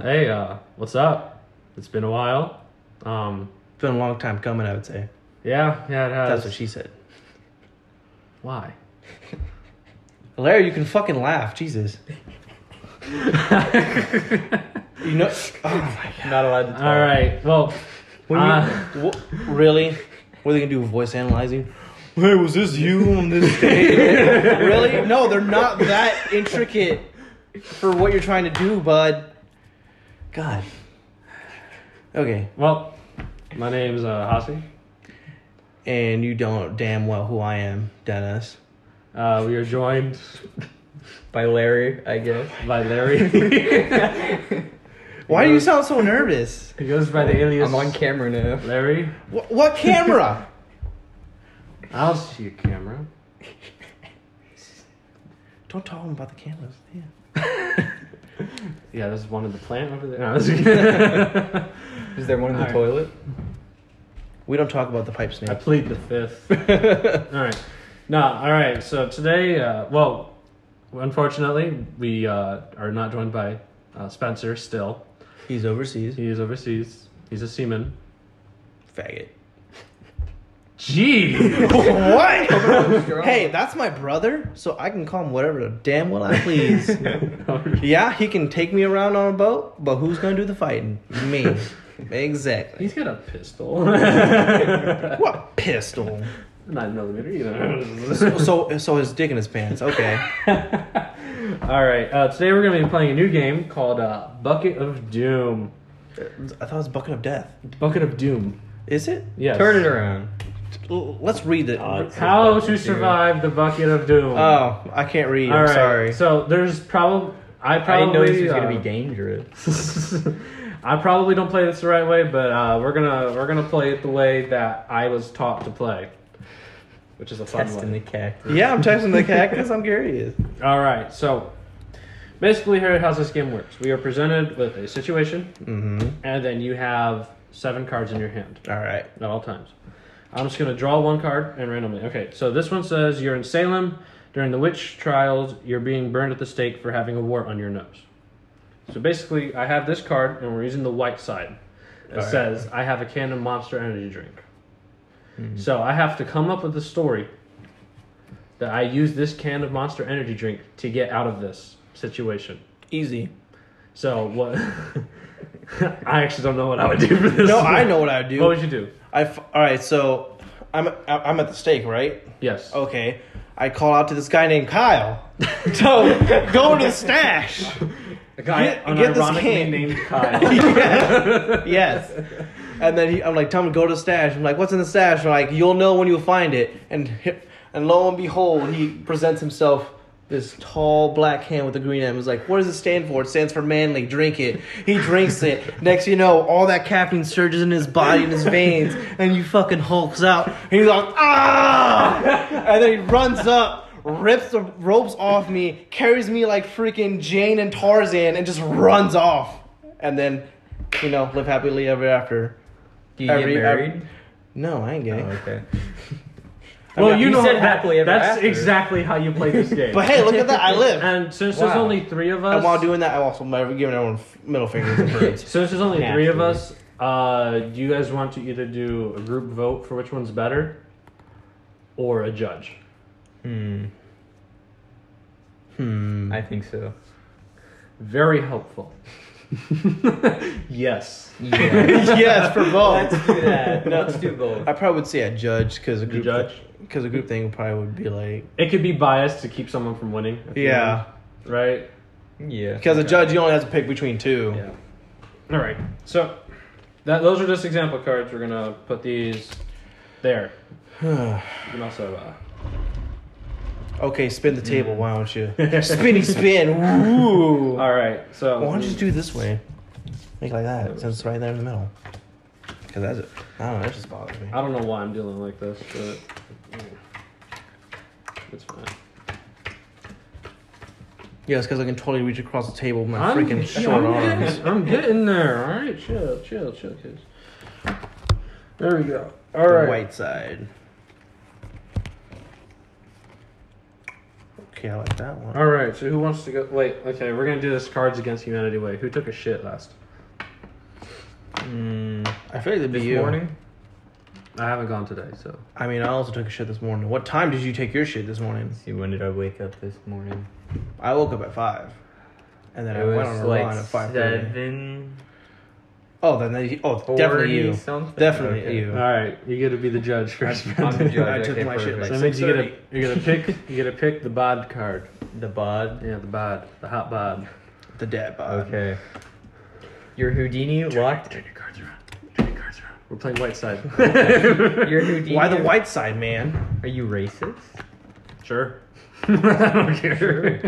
hey, uh, what's up? It's been a while. Um, It's been a long time coming, I would say. yeah, yeah, it has. That's what she said. Why? Larry, you can fucking laugh, Jesus. You know, oh my God. not allowed to talk. All right. Well, What Uh. do you, wh- really? What are they gonna do? Voice analyzing? Hey, was this you on this day? really? No, they're not that intricate for what you're trying to do, bud. God. Okay, well, my name's uh, Hasi. and you don't damn well who I am, Dennis. Uh, we are joined By Larry, I guess. by Larry. Why do you sound so nervous? he goes by the alias I'm on camera now. Larry. What, what camera? I'll see your camera. Don't tell him about the cameras. Yeah. Yeah, there's one in the plant over there. No, that's- Is there one in the Alright. toilet? We don't talk about the pipe I snake. plead the fifth. all right. No, all right. So today, uh, well, unfortunately, we uh, are not joined by uh, Spencer still. He's overseas. He is overseas. He's a seaman. Faggot. Gee! what? hey, that's my brother, so I can call him whatever the damn well I please. yeah, he can take me around on a boat, but who's gonna do the fighting? Me. Exactly. He's got a pistol. Not What pistol? a millimeter either. So, so, so his dick in his pants. Okay. All right. Uh, today we're gonna be playing a new game called uh, Bucket of Doom. I thought it was bucket of death. Bucket of Doom. Is it? Yes. Turn it around. L- Let's read it. Uh, How to survive the bucket of doom. Oh, I can't read. All I'm right, sorry. So there's probably I I didn't probably know this was uh, gonna be dangerous. I probably don't play this the right way, but uh, we're gonna we're gonna play it the way that I was taught to play, which is a fun Testing one. the cactus. Yeah, I'm texting the cactus. I'm curious. All right, so basically, here how this game works: we are presented with a situation, Mm-hmm. and then you have seven cards in your hand All right. at all times. I'm just gonna draw one card and randomly. Okay, so this one says you're in Salem during the witch trials. You're being burned at the stake for having a wart on your nose. So basically, I have this card, and we're using the white side. It Alright. says I have a can of Monster Energy drink. So I have to come up with a story that I use this can of Monster Energy drink to get out of this situation. Easy. So what? I actually don't know what I would do for this. No, I know what I do. What would you do? I f- all right, so I'm I'm at the stake, right? Yes. Okay, I call out to this guy named Kyle. So go to the stash. A guy Get- get this unironically can. named Kyle. yes. yes. And then he, I'm like, tell him to go to the stash. I'm like, what's in the stash? I'm like, you'll know when you'll find it. And hi- and lo and behold, he presents himself this tall black hand with a green M. He's like, what does it stand for? It stands for manly. Drink it. He drinks it. Next, you know, all that caffeine surges in his body and his veins, and he fucking hulks out. And he's like, ah! And then he runs up. Rips the ropes off me, carries me like freaking Jane and Tarzan, and just runs off. And then, you know, live happily ever after. Do you Every- get married? No, I ain't gay. Oh, okay. well, you You know said that- happily ever That's after. exactly how you play this game. But hey, look at that. I live. and since there's Wow. only three of us, And while doing that, I'm also never giving everyone f- middle fingers and birds. since there's only three of Naturally. us, uh, do you guys want to either do a group vote for which one's better, or a judge? Hmm. hmm. I think so. Very helpful. yes. Yeah. yes, for both. Let's do that. Let's do both. I probably would say a judge because a group judge? because a group thing probably would be like It could be biased to keep someone from winning. at the yeah end, Right. Yeah. because a judge you only have to pick between two. Yeah. All right. So, that those are just example cards. We're gonna put these there. You can also. Uh, okay, spin the table. Why don't you spinny spin? Ooh. all right. So. hmm, Why don't you just do it this way? Make it like that since it's right there in the middle. Because that's it. I don't know. That just bothers me. I don't know why I'm dealing like this, but it's fine. Yeah, it's because I can totally reach across the table with my freaking short I'm arms. Getting, I'm getting there. All right, chill, chill, chill, kids. There we go. All right. white side. Okay, I like that one. All right. So who wants to go? Wait. Okay, we're gonna do this Cards Against Humanity way. Who took a shit last? Mm, I feel like it'd be this you. morning? I haven't gone today, so I mean, I also took a shit this morning. What time did you take your shit this morning? Let's see, when did I wake up this morning? I woke up at five, and then it I was went on a like run at five thirty. seven. Oh, then they, oh, definitely 40 you. something. Definitely Okay. you. all right. You get to be the judge first. I'm the Brandon. judge. I took okay, my shit perfect. So like- that means you get a 6:30. you get a pick you get to pick the bod card. the bod. Yeah, the bod, the hot bod. The dad bod. Okay. Your Houdini locked. Turn your cards around. Turn your cards around. We're playing white side. Your Houdini. Why the white side, man? Are you racist? Sure. I don't care.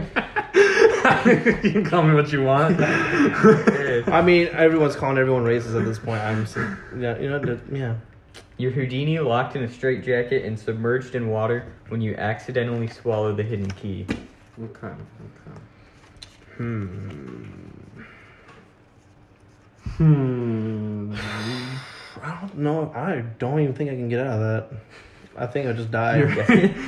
you can call me what you want. I mean, everyone's calling everyone racist at this point. I'm, so, yeah, you know, the- yeah. Your Houdini locked in a straitjacket and submerged in water when you accidentally swallow the hidden key. okay. Okay. Hmm. Hmm. I don't know. I don't even think I can get out of that. I think I just die.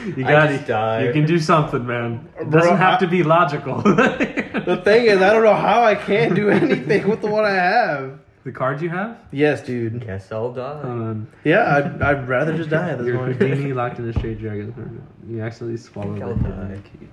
You I got just it. died. You can do something, man. It Bro, doesn't have I- to be logical. the thing is, I don't know how I can do anything with the one I have. the cards you have? Yes, dude. Guess I'll die. Um, Yeah, I'd, I'd rather just die at this your point. Houdini locked in a straight dragon. You accidentally swallowed I'll the die. hidden key.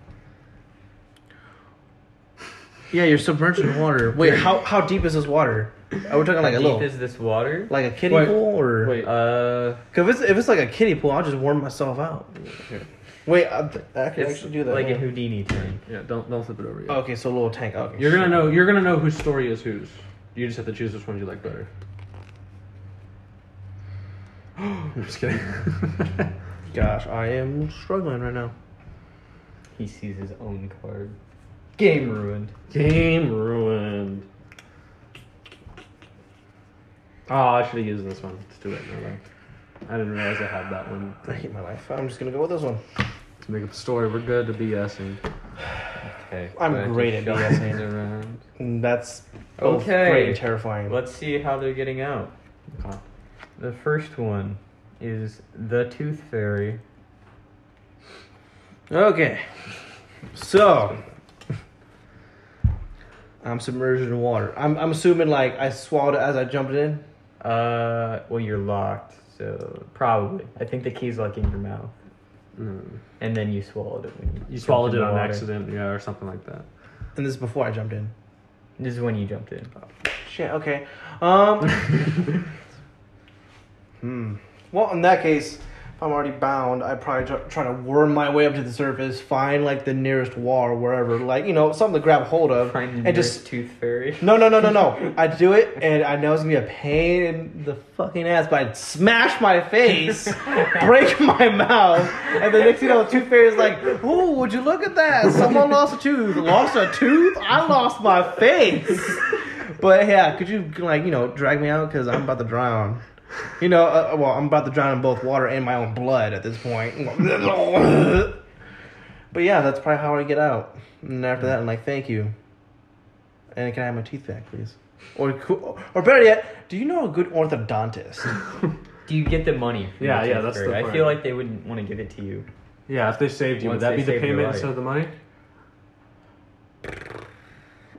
Yeah, you're submerged in water. Wait, how how deep is this water? Are we talking like How a deep little, is this water? like a kiddie Wait, pool, or Wait, Uh, 'Cause if it's if it's like a kiddie pool, I'll just warm myself out. Here. Wait, I, I can it's actually do that. like yeah. a Houdini tank. yeah, don't don't flip it over yet. okay, so a little tank. Okay, You're gonna Oh, shit. know. You're gonna know whose story is whose. You just have to choose which one you like better. I'm just kidding. Gosh, I am struggling right now. He sees his own card. Game ruined. Game ruined. Oh, I should have used this one. It's too late now. though. I didn't realize I had that one. I hate my life. I'm just gonna go with this one. To make up a story, we're good to BSing. Okay. I'm but I great just at shuffled BSing. it around. And that's both great Okay. and terrifying. Let's see how they're getting out. Okay. The first one is the Tooth Fairy. Okay, so I'm submerged in water. I'm I'm assuming like I swallowed it as I jumped in. Uh, well, you're locked, so probably. I think the key's like in your mouth, Mm. and then you swallowed it when you. You swallowed jumped in it the on water. accident, yeah, or something like that. And this is before I jumped in. This is when you jumped in. Shit. Okay. Um. hmm. Well, in that case, if I'm already bound, I probably try, try to worm my way up to the surface, find like the nearest wall or wherever, like you know, something to grab hold of, Find the and nearest just. Tooth Fairy. No, no, no, no, no. I do it, and I know it's gonna be a pain in the fucking ass, but I'd smash my face, break my mouth, and the next thing you know, the tooth fairy's like, Ooh, would you look at that? Someone lost a tooth. Lost a tooth? I lost my face. But yeah, could you, like, you know, drag me out? Because I'm about to drown. You know, uh, well, I'm about to drown in both water and my own blood at this point. But yeah, that's probably how I get out. And after that, I'm like, thank you. And can I have my teeth back, please? Or, co- or better yet, do you know a good orthodontist? Do you get the money? from Yeah, the yeah, Tooth that's the Fairy? I part. feel like they wouldn't want to give it to you. Yeah, if they saved you, Once would that they be the saved your payment life. instead of the money?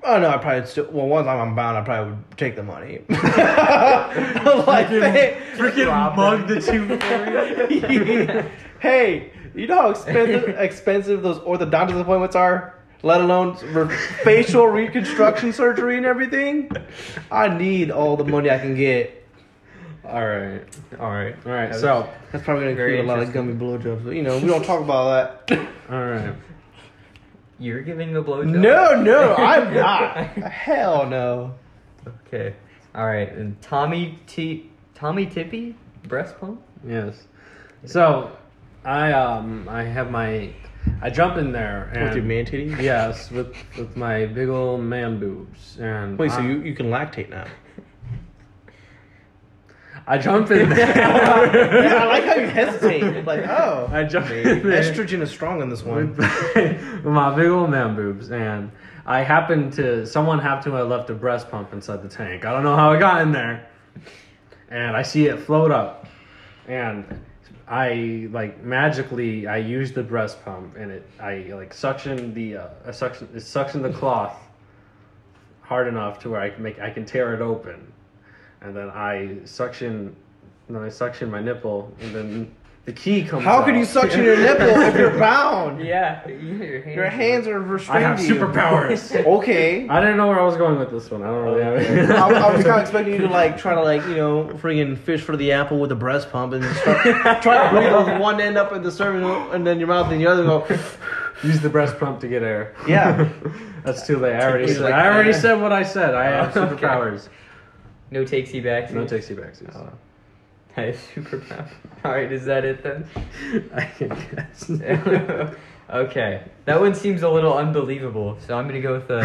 Oh no, I probably still. Well, once I'm bound, I probably would take the money. like, hey, Rob Freaking mug the tooth fairy. hey, you know how expensive expensive those orthodontist appointments are. Let alone re- facial reconstruction surgery and everything. I need all the money I can get. All right, All right. all right. So, That's probably gonna Very create a lot of gummy blowjobs. But, you know, we don't talk about that. all right. you're giving the blowjob. no, no, I'm not. Hell no. Okay. All right. And Tommy T. Tommy Tippy breast pump. Yes. So I um I have my I jump in there and With your man titties? yes with with my big old man boobs and Wait, so I- you, you can lactate now? I jump in there I like how you hesitate. Like, oh, I jump in there estrogen is strong in this with, one. with my big old man boobs and I happened to someone happened to have left a breast pump inside the tank I don't know how it got in there and I see it float up and I like magically I used the breast pump and it I like suction the uh, I suction it suction the cloth hard enough to where I can make I can tear it open, and then I suction then I suction my nipple and then the key comes. How out. could you suction your nipple if you're bound? Yeah, your hands. Your hands are I restrained. have to you. superpowers. Okay. I didn't know where I was going with this one. I don't really have. I, I was kind of expecting you to like try to like you know friggin' fish for the apple with a breast pump and start, try to breathe with one end up in the cervical and then your mouth and the other go. Use the breast pump to get air. Yeah. That's too late. I already He's said. like, I already "Yeah." said what I said. I have Oh, okay. superpowers. No takesy backsies. No takesy backsies. Oh. I have superpower. All right, is that it then? I can guess. okay, that one seems a little unbelievable, so I'm gonna go with the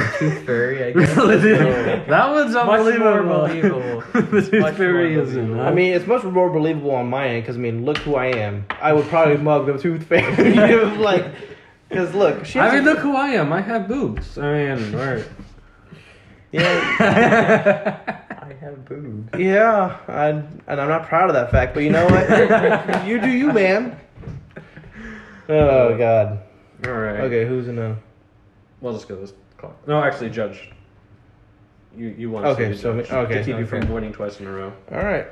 Tooth Fairy. I guess. Oh. really, dude? That one's Much more unbelievable. believable. the Much Tooth more Fairy is believable. I mean, it's much more believable on my end because I mean, look who I am. I would probably mug the tooth fairy. It was like, because look, she. I has mean, a- look who I am. I have boobs. I mean, or... Yeah, I have boobs. yeah, I, and I'm not proud of that fact, but you know what? you do you, man. Oh God. all right. Okay, who's in a? We'll just go this clock. No, actually, judge. You you won. Okay, you so me- judge. okay, to keep you from okay. winning twice in a row. All right.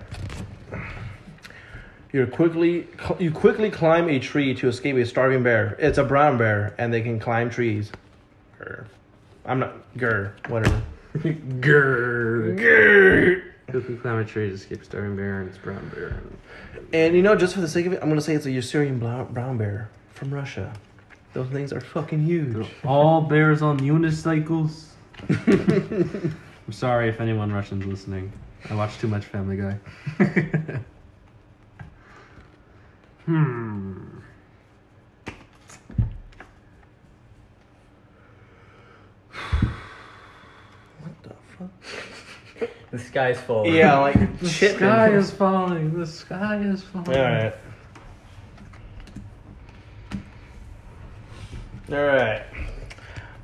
You quickly you quickly climb a tree to escape a starving bear. It's a brown bear, and they can climb trees. Grr. I'm not grr. Whatever. Grrr. Cuckoo climber tree escapes starving bear and it's brown bear. And you know, just for the sake of it, I'm gonna say it's a Usurian brown, brown bear from Russia. Those things are fucking huge. All bears on unicycles. I'm sorry if anyone Russian's listening. I watch too much Family Guy. hmm. What the fuck? The sky's full. Yeah, like The shit. sky is falling. The sky is falling. All right. All right.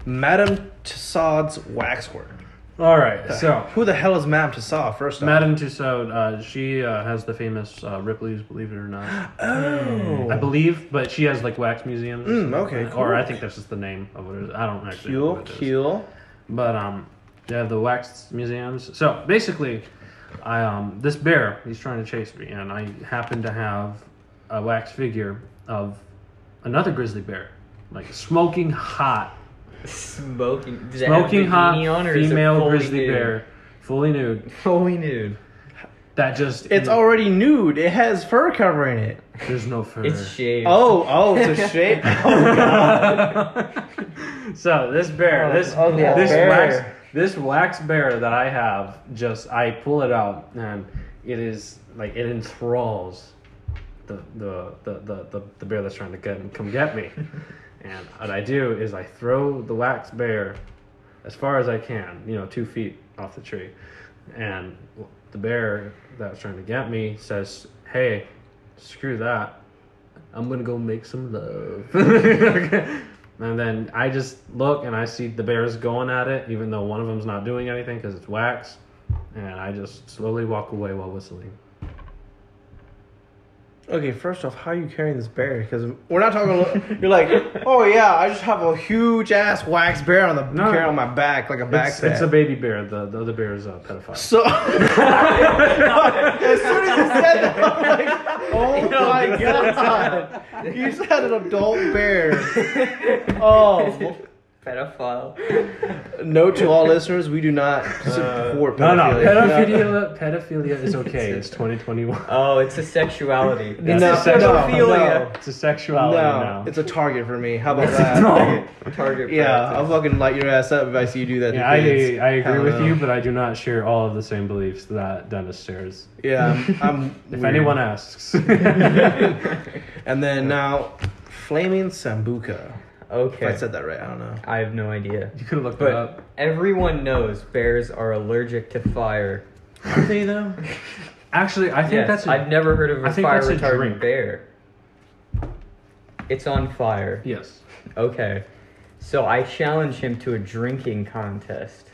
Madame Tussaud's waxwork. All right. So, Who the hell is Madame Tussaud? First off. Madame Tussaud, uh, she uh, has the famous uh, Ripley's Believe It or Not. Oh. I believe, but she has like wax museums. Mm, okay, Or cool. I think that's just the name of what it is. I don't actually know Cool, what it is. cool. But um, they have the wax museums. So basically, I um, this bear he's trying to chase me, and I happen to have a wax figure of another grizzly bear, like smoking hot, Smoking. Does it have smoking the hot beanie on, or is it female fully grizzly nude? bear, fully nude. Fully nude. That just It's already nude. It has fur covering it. there's no fur. It's shaved. Oh, oh, it's a shape. Oh, so this bear, Oh, this ugly ass this bear. wax this wax bear that I have, just I pull it out and it is like it enthralls the the the the, the, the bear that's trying to get, come get me. and what I do is I throw the wax bear as far as I can, you know, two feet off the tree, and the bear that was trying to get me says, "Hey, screw that." I'm gonna go make some love. and then I just look and I see the bears going at it, even though one of them's not doing anything because it's wax. And I just slowly walk away while whistling. okay, first off, how are you carrying this bear? Because we're not talking. li- You're like, oh yeah, I just have a huge ass wax bear on the No. carrying on my back like a It's, backpack. it's a baby bear. The the other bear is a pedophile. so as soon as you said that, I'm like, oh my god, you said an adult bear. Oh, Pedophile. note to all listeners: we do not support Uh, No, no, pedophilia. pedophilia. Pedophilia is okay. It's 2021. Oh, it's a sexuality. It's No, a no, pedophilia. no. It's a sexuality No, now. it's a target for me. How about that? no. Target. Yeah, practice. I'll fucking light your ass up if I see you do that. to Yeah, I, I kids. agree Hell with no. you, but I do not share all of the same beliefs that Dennis shares. Yeah, I'm. If weird. anyone asks, And then now, flaming sambuca. Okay. If I said that right, I don't know. I have no idea. you could look that up. But everyone knows bears are allergic to fire. Are they though? Actually, I think Yes, that's a, I've never heard of a I think fire that's a retardant drink. bear. It's on fire. yes. Okay. So I challenge him to a drinking contest.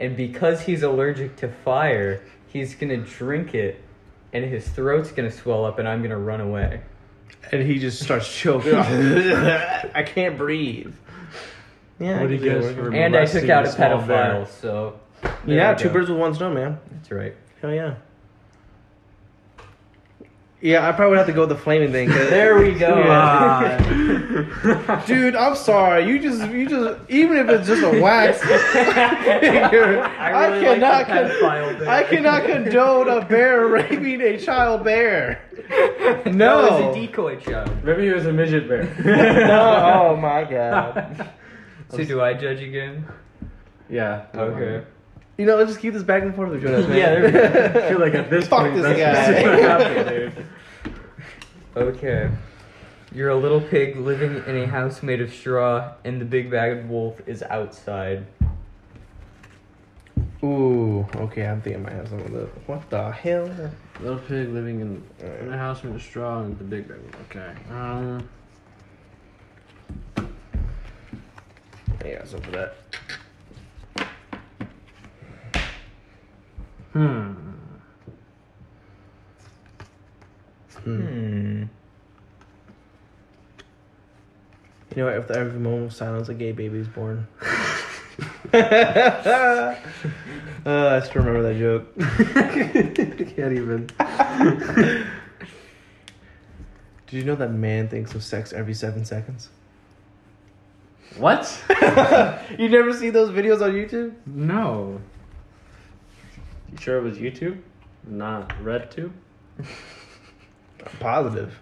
And because he's allergic to fire, he's gonna drink it and his throat's gonna swell up, and I'm gonna run away. and he just starts choking. I can't breathe. Yeah, I What do you could do guys that. for- And I took Molesting out a a small pedophile, bear. so there yeah, we two go. birds with one stone, man. That's right. Hell yeah. Yeah, I probably would have to go with the flaming thing. 'cause- There we go. Dude, I'm sorry. You just, you just, even if it's just a wax figure, I, really like cannot, the pedophile con- bit. I cannot condone a bear raping a child bear. That No. was a decoy child. Maybe he was a midget bear. No, oh my god. So do I judge again? Yeah. Okay. You know, let's just keep this back and forth between us, man. Yeah, there we go. I feel like at this Fuck point, this that's guy. what happened, dude. Okay. You're a little pig living in a house made of straw, and the big bad wolf is outside. Ooh, okay, I'm thinking I might have some of this. What the hell? Little pig living in, in a house made of straw and the big baby. Okay. Um, Yeah, some for that. hmm. Hmm. You know, what, if every moment of silence, a gay baby is born. uh, I still remember that joke. Can't even. Did you know that man thinks of sex every seven seconds? What? You never see those videos on YouTube? No. You sure it was YouTube? Not RedTube? I'm positive.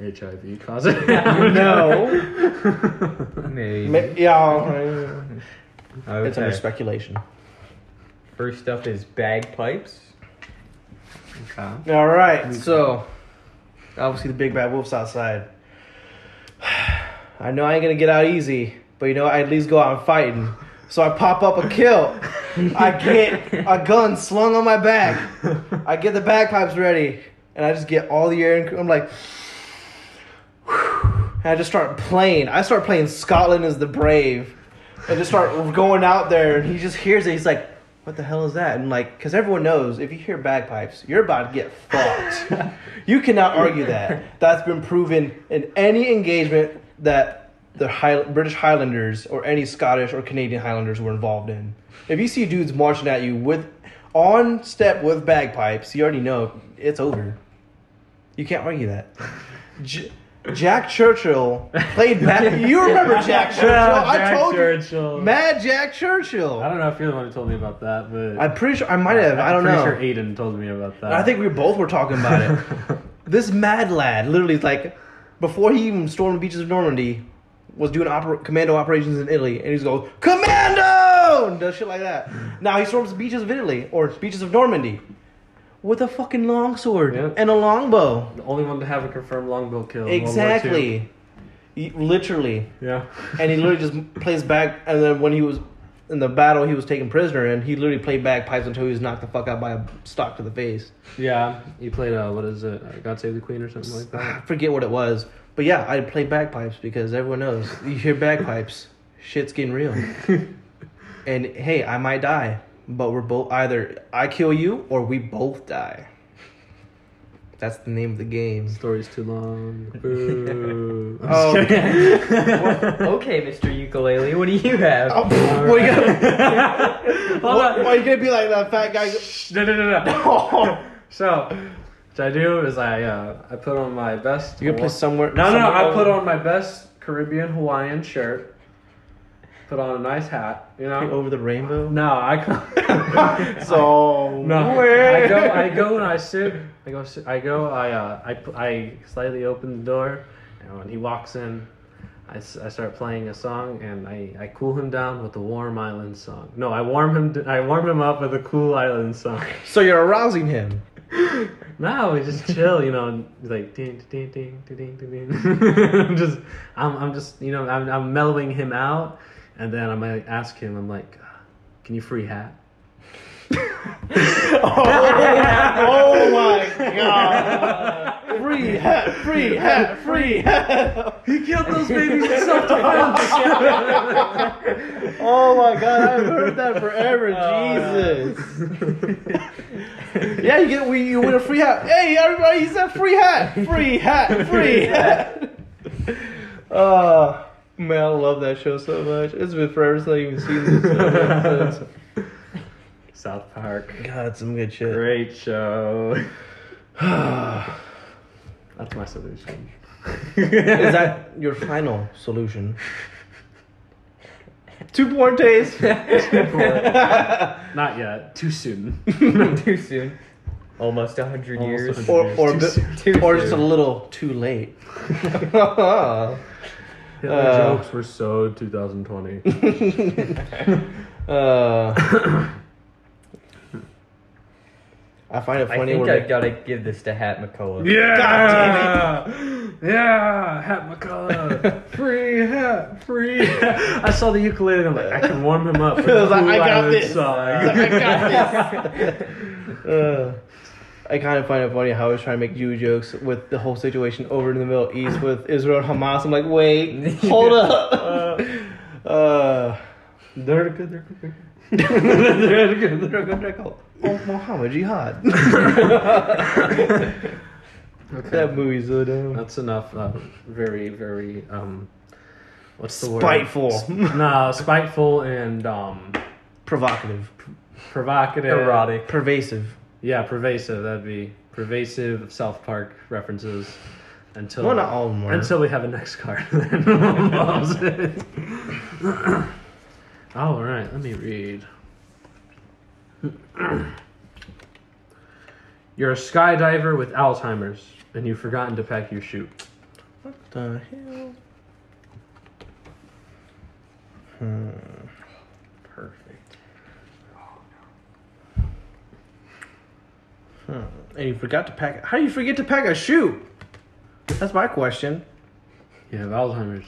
HIV causes. No. Maybe. Ma- yeah. Okay. It's under speculation. First up is bagpipes. Okay. All right, so obviously the big bad wolf's outside. I know I ain't gonna get out easy, but you know I at least go out and fighting. So I pop up a kill. I get a gun slung on my back. I get the bagpipes ready, and I just get all the air. In, I'm like, and I just start playing. I start playing Scotland is the Brave, and just start going out there. And he just hears it. He's like, "What the hell is that?" And like, because everyone knows if you hear bagpipes, you're about to get fucked. you cannot argue that. That's been proven in any engagement that the High- British Highlanders or any Scottish or Canadian Highlanders were involved in. If you see dudes marching at you with on step with bagpipes, you already know it's over. You can't argue that. J- Jack Churchill played Mad. you remember Jack Churchill? I told you, Mad Jack I Churchill. don't know if you're the one who told me about that, but I'm pretty sure I might have. I don't am know. pretty sure Aiden told me about that. I think we both were talking about it. this mad lad, literally, is like before he even stormed the beaches of Normandy, was doing oper- commando operations in Italy, and he's going commando and does shit like that. Now he storms the beaches of Italy or beaches of Normandy with a fucking longsword Yep. and a longbow. the only one to have a confirmed longbill kill. in World War II. Exactly. He- literally. Yeah. And he literally just plays back. And then when he was in the battle, he was taken prisoner, and he literally played bagpipes until he was knocked the fuck out by a stock to the face. Yeah. You played uh, what is it? Uh, God Save the Queen or something like I that. forget what it was, but yeah, I play bagpipes because everyone knows you hear bagpipes, shit's getting real. and hey, I might die, but we're both either I kill you or we both die. That's the name of the game. Story's too long. Boo. I'm just Oh. kidding. okay, Mr. Ukulele, what do you have? Oh, what are you gonna, Hold what- on. what are you gonna be like that fat guy? No, no, no, no. So, what I do is I uh, I put on my best. You gonna play Hawa- somewhere? No, no, somewhere I put over- on my best Caribbean Hawaiian shirt. Put on a nice hat. You know. over the rainbow. No, I go. So no, where- I go. I go and I sit. I go. Sit, I go. I uh. I pu- I slightly open the door, and when he walks in, I, s- I start playing a song, and I I cool him down with the warm island song. No, I warm him. d- I warm him up with a cool island song. So you're arousing him. No, we just chill, you know. and it's Like ding, ding, ding, ding, ding, ding, ding. I'm just, I'm, I'm just, you know, I'm, I'm mellowing him out, and then I might ask him, I'm like, "Uh, can you free hat? Oh, oh my god! free hat, free hat, free hat. He killed those babies in self-defense. Oh my god, I've heard that forever. Jesus. Yeah, you get we you win a free hat. Hey, everybody, he's a free hat, free hat, free hat. Oh man, I love that show so much. It's been forever since I even seen this. episode. South Park. God, some good shit. Great show. That's my solution. Is that your final solution? Two porn days. Not yet. Too soon. Too soon. Almost a hundred Almost years. 100. or or, a bit- Too or just a soon. little too late. uh, Hitler Uh. jokes were so 2020. I find it I funny think when I they- gotta give this to Hat McCullough. yeah! Yeah! Hat McCullough! free hat! Free hat! I saw the ukulele and I'm like, I can warm him up. with I was like, Blue I got Island this. song. I got this. Uh, I kind of find it funny how I was trying to make Jew jokes with the whole situation over in the Middle East with Israel and Hamas. I'm like, wait, hold up. Uh, They're good, they're good. they're good, they're good, they're good. Oh, Muhammad Jihad. That movie's so dumb. That's enough. Uh, very, very, um, what's the word? Spiteful. S- no, spiteful and um, Provocative. provocative. Erotic. Pervasive. Yeah, pervasive. That'd be pervasive South Park references until Well, not all of them are. until we have a next card. all right, let me read. You're a skydiver with Alzheimer's, and you've forgotten to pack your chute. What the hell? Perfect. And you forgot to pack. How do you forget to pack a shoe? That's my question. You have Alzheimer's.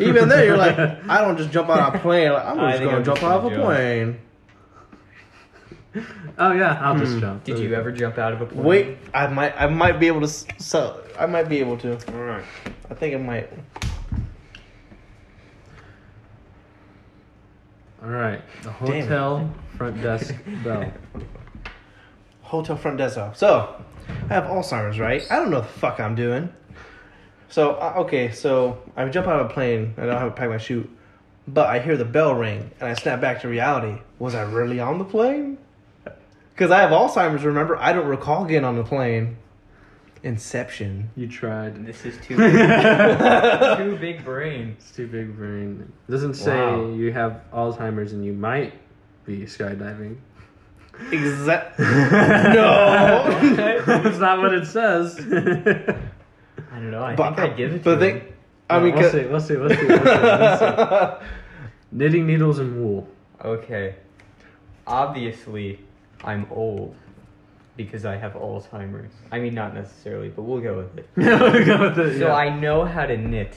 Even there, you're like, I don't just jump out of a plane. Like, I'm I just think gonna I'm jump just out of a gonna jump. plane. Oh yeah, I'll just jump. Did you ever jump out of a plane? Wait, I might, I might be able to. s- So, I might be able to. All right. I think I might. All right. The Damn. hotel front desk bell. Hotel front desk. off. So, I have Alzheimer's, right? I don't know what the fuck I'm doing. So, uh, okay, so I jump out of a plane. I don't have to pack my chute, but I hear the bell ring, and I snap back to reality. Was I really on the plane? Because I have Alzheimer's. Remember, I don't recall getting on the plane. Inception. You tried. This is too big. too big brain. It's too big brain. It doesn't say Wow. you have Alzheimer's and you might be skydiving. Exact. no. That's not what it says. I don't know. I But- think I give it but to they- him. I mean, we'll 'cause- see. We'll see. We'll see. We'll see, we'll see. Knitting needles and wool. Okay. Obviously, I'm old because I have Alzheimer's. I mean, not necessarily, but we'll go with it. We'll go with it, So yeah. I know how to knit,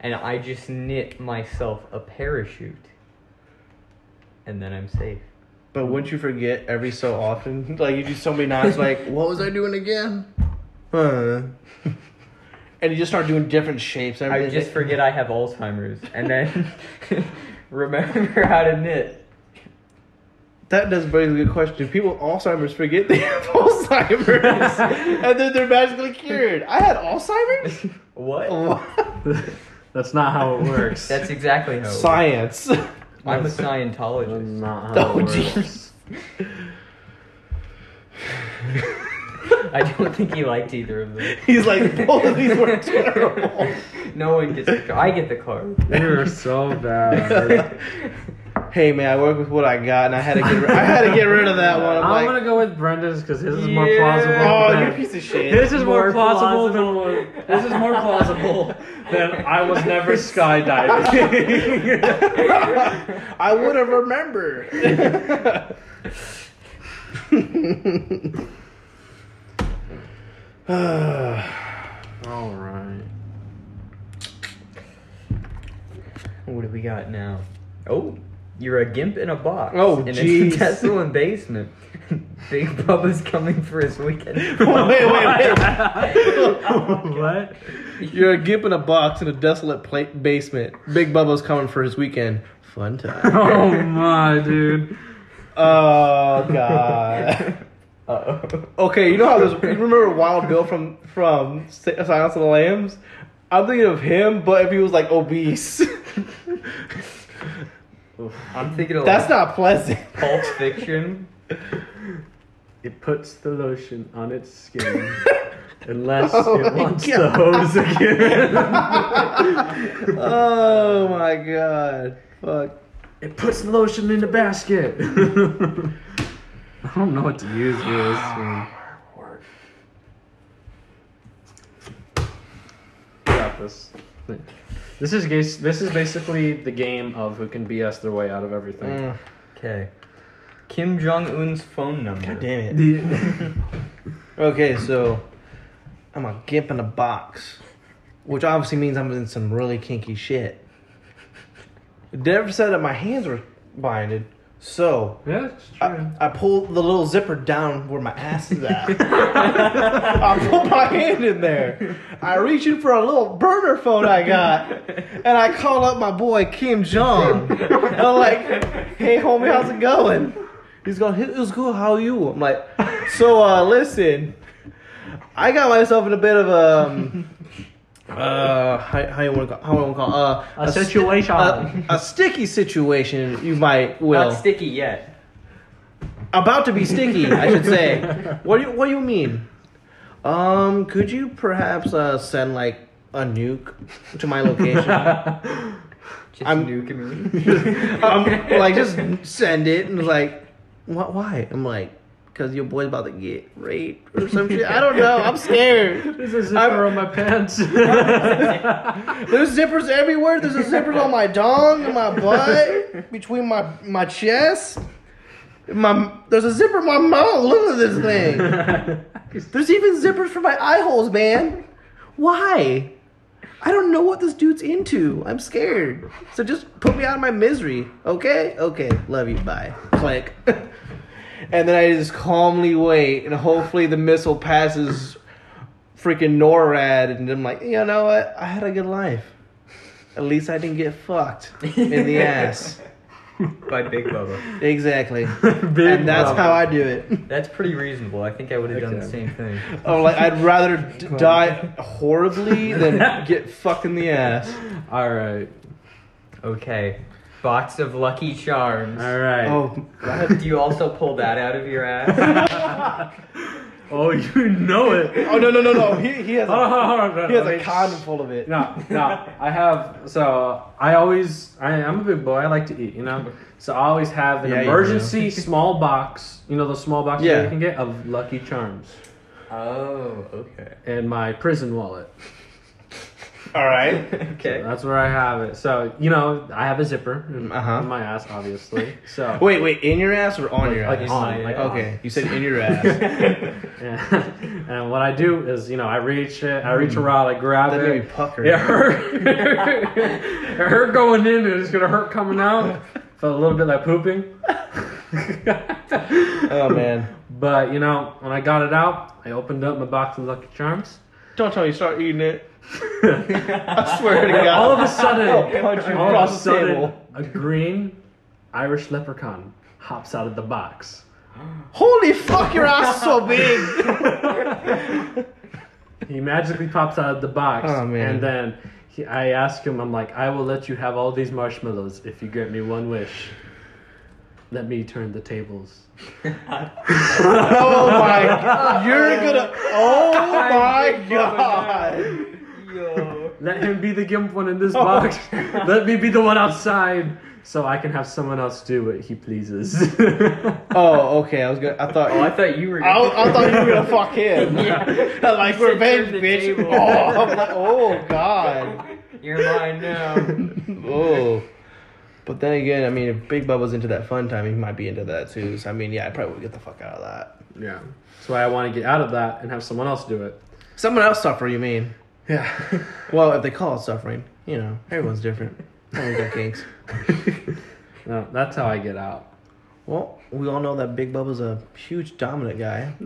and I just knit myself a parachute, and then I'm safe. but wouldn't you forget every so often? Like you do so many knots. Like what was I doing again? Huh. And you just start doing different shapes. and I everything. just forget I have Alzheimer's, and then remember how to knit. That does bring a good question. People with Alzheimer's forget they have Alzheimer's, and then they're magically cured. I had Alzheimer's. What? What? That's not how it works. That's exactly how. it works. Science. I'm a That's Scientologist. not how Oh it works. jeez. I don't think he liked either of them. He's like both of these were terrible. No one gets the car. I get the card. You were so bad. Hey man, I work with what I got, and I had to get ri- I had to get rid of that one. I'm, I'm like, gonna go with Brendan's because his is more Yeah. plausible. oh, than- you piece of shit. This is more, More plausible, than plausible. what, this is more plausible than I was never skydiving. I would have remembered. All right. What do we got now? Oh, you're a gimp in a box. Oh, in jeez. a Tesla basement. Big Bubba's coming for his weekend. wait, wait, Oh, what? wait. You're a gimp in a box in a desolate pla- basement. Big Bubba's coming for his weekend. Fun time. Oh my dude. Oh god. Uh-oh. Okay, you know how there's you remember Wild Bill from from Sa- Silence of the Lambs? I'm thinking of him, but if he was like obese, I'm thinking of that's like not pleasant. Pulp Fiction. It puts the lotion on its skin. Unless it wants the hose again. Oh my god, fuck. it puts the lotion in the basket. I don't know what to use for this one. Got this. This is gas- this is basically the game of who can BS their way out of everything. Mm. Okay. Kim Jong Un's phone number. God damn it. The- Okay, so I'm a gimp in a box, which obviously means I'm in some really kinky shit. Dev said that my hands were binded, so yeah, it's true. I, I pulled the little zipper down where my ass is at. I put my hand in there. I reach in for a little burner phone I got, and I call up my boy Kim Jong. I'm like, "Hey, homie, how's it going?" He's going, "It was good. How are you?" I'm like, "So, uh, listen, I got myself in a bit of a." Um, uh, how, how you want to call? How you want to call? Uh, A situation. a, a sticky situation, you might will Not sticky yet. about to be sticky, I should say. What do you, what do you mean? Um, could you perhaps uh, send like a nuke to my location? Just I'm- nuking me. I'm like just send it and like, what? Why? I'm like, cause your boy's about to get raped or some shit. I don't know. I'm scared. There's a zipper I'm- on my pants. There's zippers everywhere. There's a zippers on my dong, on my butt, between my my chest. My there's a zipper in my mouth. Look at this thing. There's even zippers for my eye holes, man. Why? I don't know what this dude's into. I'm scared. So just put me out of my misery, okay? Okay, love you. Bye. Click. and then I just calmly wait, and hopefully the missile passes freaking NORAD, and I'm like, you know what? I had a good life. At least I didn't get fucked in the ass. By Big Bubba. Exactly. Big And that's mouth. how I do it. That's pretty reasonable. I think I would have done the Okay. same thing. Oh, like I'd rather d- die horribly than get fucked in the ass. All right. Okay. Box of Lucky Charms. All right. Oh, Do you also pull that out of your ass? Oh, you know it. oh no no no no! He, he has a, Oh, he has a okay. condom full of it. No, no. I have so I always I, I'm a big boy. I like to eat, you know. So I always have an Yeah, you do. emergency small box. You know the small box Yeah. that you can get of Lucky Charms oh, okay. and my prison wallet. All right. Okay. That's where I have it. So you know I have a zipper in, Uh-huh. in my ass, obviously. So Wait wait, in your ass or on your like ass? on, like on. okay, you said in your ass. and, and what I do is, you know, I reach it, I reach around, I grab Hmm. That it. made me pucker. Yeah, hurt. it hurt going in, and it's gonna hurt coming out. Felt a little bit like pooping. Oh man! But you know, when I got it out, I opened up my box of Lucky Charms. Don't tell me you start eating it. I swear to God. All of a sudden, I'll punch you all of a across the sudden, table. a green Irish leprechaun hops out of the box. Holy fuck! Your ass is so big. He magically pops out of the box, Oh, man. and then he, I ask him, I'm like, I will let you have all these marshmallows if you grant me one wish. Let me turn the tables. Oh my! God. You're gonna. Oh my God! Yo. Let him be the gimp one in this Oh. box. Let me be the one outside, so I can have someone else do what he pleases. Oh okay. I was gonna. I thought. Oh, I thought you were. I, I thought you were gonna fuck him. like Sit revenge, down at the bitch. table. Oh, I'm like, oh god. You're mine now. Oh. But then again, I mean, if Big Bubba's into that fun time, he might be into that too. So I mean, yeah, I probably would get the fuck out of that. yeah, that's why I want to get out of that and have someone else do it. Someone else suffer, you mean? Yeah. Well, if they call it suffering, you know, everyone's different. Everyone's got kinks. No, that's how I get out. Well, we all know that Big Bubba's a huge dominant guy.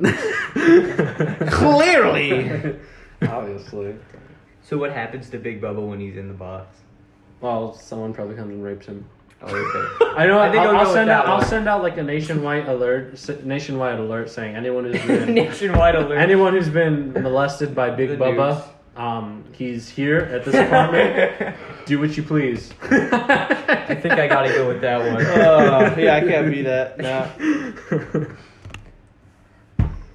Clearly. Obviously. So what happens to Big Bubba when he's in the box? Well, someone probably comes and rapes him. Oh, okay. I know. I I think will I'll go with send that out. I'll one. send out like a nationwide alert. s- Nationwide alert saying anyone who's been, Nationwide alert. anyone who's been molested by Big The Bubba, news. um, he's here at this apartment. Do what you please. I think I gotta go with that one. Uh, yeah, I can't be that. Nah.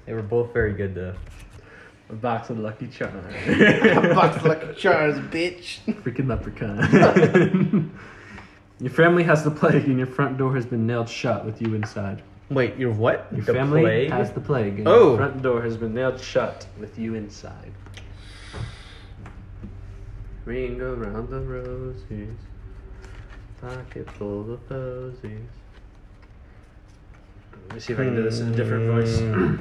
They were both very good though. A box of Lucky Charms. Box like a Charles, bitch. Freaking leprechaun. your family has the plague, and your front door has been nailed shut with you inside. Wait, you're what? Your The family plague? has the plague, and Oh. your front door has been nailed shut with you inside. Ringo round the roses, pocket full of posies. Let me see if I can do this in a different voice. Hmm.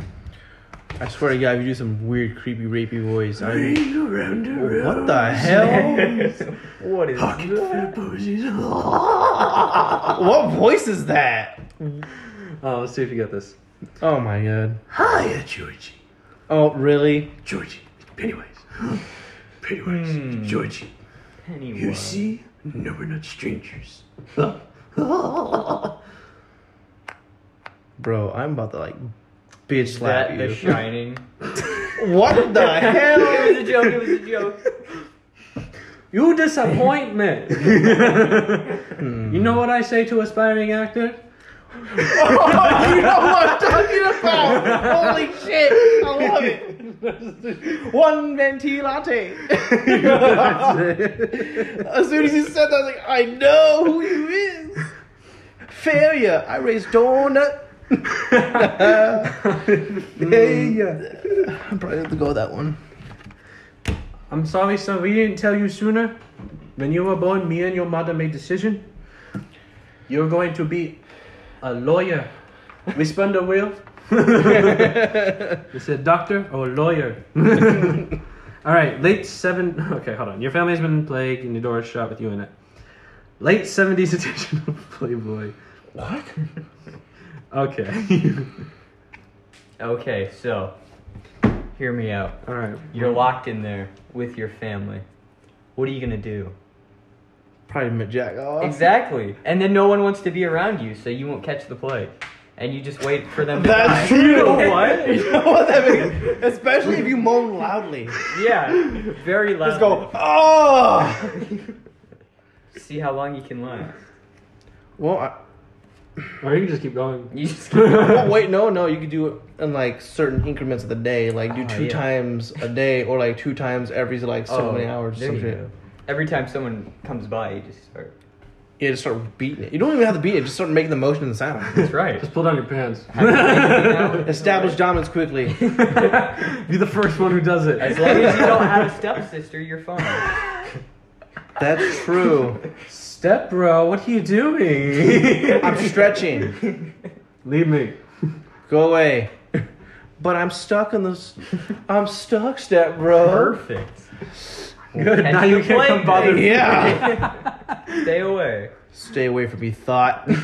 I swear to God, if you do some weird, creepy, rapey voice, I'm. Ringo round the roses. What the hell? what is of posies. what voice is that? Oh, let's see if you get this. Oh my god. Hiya, Georgie. Oh, really? Georgie, it's Pennywise. Pennywise, Hmm. Georgie. Pennywise? see, no, we're not strangers. Bro, I'm about to like bitch Is slap you. that The Shining? what the hell? it was a joke. It was a joke. you disappointment. you know what I say to aspiring actors? you know what I'm talking about? Holy shit! I love it. One venti latte. as soon as you said that, I was like, I know who you is. Failure. I raised donut. Failure. I'm probably have to go with that one. I'm sorry, son. We didn't tell you sooner. When you were born, me and your mother made decision. You're going to be a lawyer. We spun the wheel. they said doctor or lawyer. All right, late seven. Okay, hold on. Your family's been in plague, and your door is shut with you in it. Late seventies edition of Playboy. What? Okay. Okay, so hear me out. All right. You're locked in there with your family. What are you gonna do? Probably Mick Jack. Oh, Exactly. And then no one wants to be around you, so you won't catch the plague. And you just wait for them to That's die. true. You know what? You know what that means? Especially if you moan loudly. Yeah. Very loud. Just go, oh! See how long you can last. Well, I, Or you can just keep going. You just well, wait, no, no. You could do it in like certain increments of the day, like do Oh, two yeah. Oh, times a day, or like two times every like so many hours. there Some you shit. go. Every time someone comes by, you just start. Yeah, just start beating it. You don't even have to beat it. Just start making the motion and sound. That's right. Just pull down your pants. Establish dominance quickly. Be the first one who does it. As long as you don't have a stepsister, you're fine. That's true. Step bro, what are you doing? I'm stretching. Leave me. Go away. But I'm stuck in this. I'm stuck, step bro. Perfect. Good. Catch Now the you can't come plague. bother me. Yeah. Stay away. Stay away from me, thought. I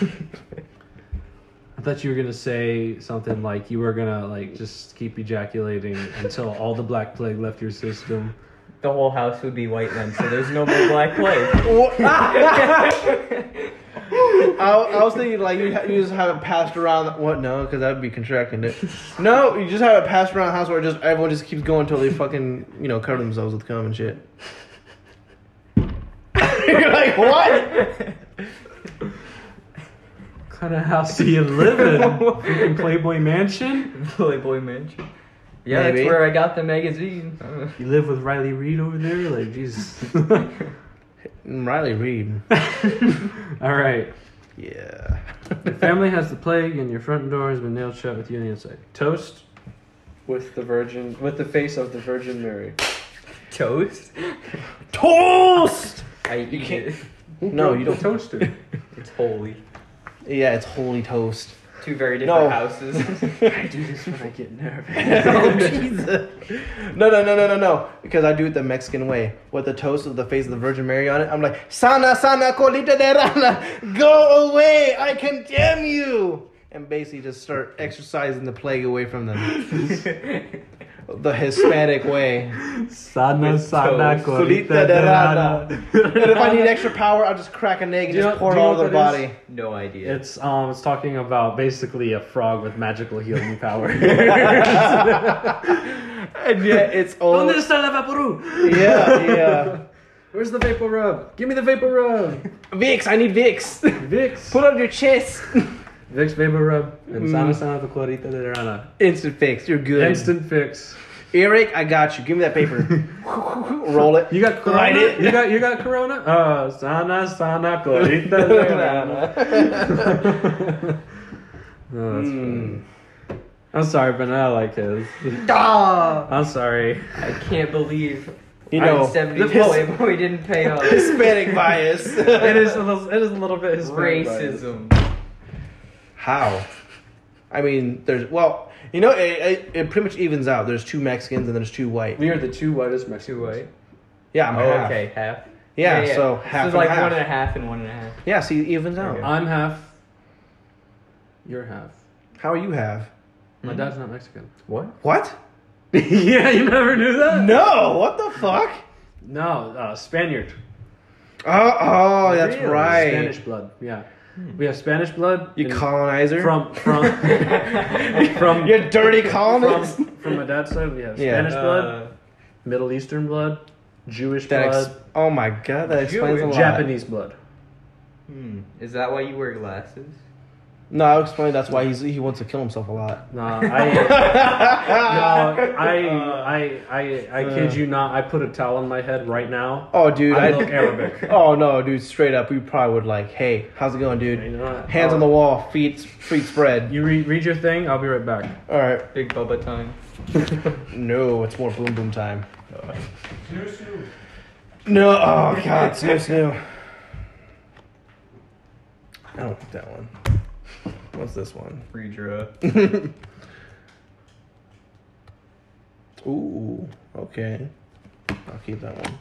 thought you were gonna say something like you were gonna like just keep ejaculating until all the black plague left your system. The whole house would be white then, so there's no more black plague. I, I was thinking like you, you just have it passed around. What? No, because that would be contracting it. No, you just have it passed around the house where just everyone just keeps going until they fucking you know cover themselves with cum and shit. You're like what? What kind of house do you live in? Freaking Playboy Mansion? Playboy Mansion. Yeah, Maybe. that's where I got the magazine. You live with Riley Reed over there? Like Jesus. And Riley Reed. Alright. Yeah. Your family has the plague and your front door has been nailed shut with you on the inside. Toast with the Virgin with the face of the Virgin Mary. Toast? Toast. I eat it. No, you don't. toaster. It's holy. Yeah, it's holy toast. Two very different No. houses. I do this when I get nervous. oh Jesus! No, no, no, no, no, no. Because I do it the Mexican way with the toast of the face of the Virgin Mary on it. I'm like, Sana, Sana, colita de rana, go away! I condemn you. and basically just start exercising the plague away from them the Hispanic way. Sana, With sana, toes. colita Solita de de rana. And if I need extra power, I'll just crack an egg and Do you just know- pour it do you all know over their what that body. no idea. It's um, it's talking about basically a frog with magical healing power. And yeah, it's all. ¿Dónde yeah, está la Vaporub? yeah. Where's the vapor rub? Give me the vapor rub. Vicks, I need Vicks. Vicks. Put on your chest. Vicks vapor rub and sana sana the colorita de rana. Instant fix. You're good. Instant fix. Eric, I got you. Give me that paper. Roll it. You got corona. Light it. You got you got corona. Uh, sana sana colorita de rana. Oh, that's Hmm. funny. I'm sorry, but I like his. Ah, I'm sorry. I can't believe you know, I'm 70 the- boy, boy didn't pay off. Hispanic bias. It is a little. It is a little bit Hispanic bias. Racism. How? I mean, there's well, you know, it, it, it pretty much evens out. There's two Mexicans and there's two white. We are the two whitest Mexicans. Too white. Yeah, I'm Oh, half. okay, half. Yeah, so half This and is like half. one and a half and one and a half. Yeah, see, it evens out. Okay. I'm half. You're half. How are you half? Hmm? My dad's not Mexican. What? What? yeah, you never knew that. No, what the fuck? No, uh, Spaniard. Oh, oh, that's Really? right. Spanish blood. Yeah, we have Spanish blood. You and colonizer. from from from you dirty from, colonist. from my dad's side. We have Yeah. Spanish blood, Uh, Middle Eastern blood, Jewish That ex- blood, oh my god, that explains a Jewish- lot. Japanese blood. hmm. Is that why you wear glasses? No, I'll explain. That's why he's, he wants to kill himself a lot. No, I Uh, no, I, I I I uh. kid you not. I put a towel on my head right now. Oh, dude, I I. look Arabic. oh no, dude, straight up, we probably would like, hey, how's it going, dude? You know what? Oh, Hands on the wall, feet feet spread. You re- read your thing. I'll be right back. All right. Big Bubba time. No, it's more boom boom time. No, oh god, snoo snoo. I don't like that one. What's this one? Redraw. Ooh, okay. I'll keep that one.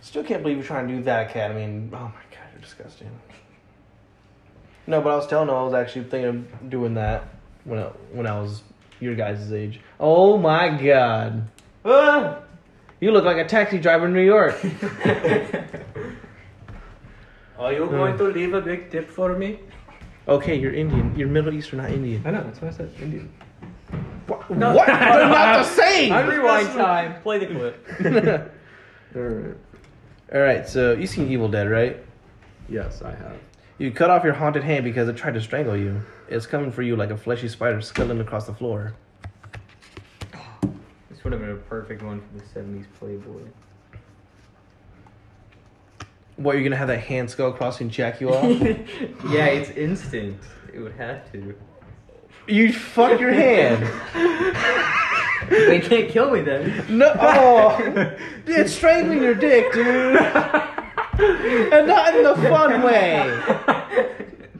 Still can't believe you're trying to do that, Cat. I mean, oh my god, you're disgusting. No, but I was telling him I was actually thinking of doing that when I, when I was your guys' age. Oh my god. Ah, you look like a taxi driver in New York. Are you going to leave a big tip for me? Okay, you're Indian. You're Middle Eastern, not Indian. I know. That's why I said Indian. What? what? They're not the same! Rewind time. Play the clip. Alright, so you seen Evil Dead, right? Yes, I have. You cut off your haunted hand because it tried to strangle you. It's coming for you like a fleshy spider scuttling across the floor. This would have been a perfect one for the 70s Playboy. What, you're gonna have that hand skull crossing jack you off? Yeah, it's instant. It would have to. you fuck your hand! They can't kill me then. No! Oh! It's strangling your dick, dude! And not in the fun way!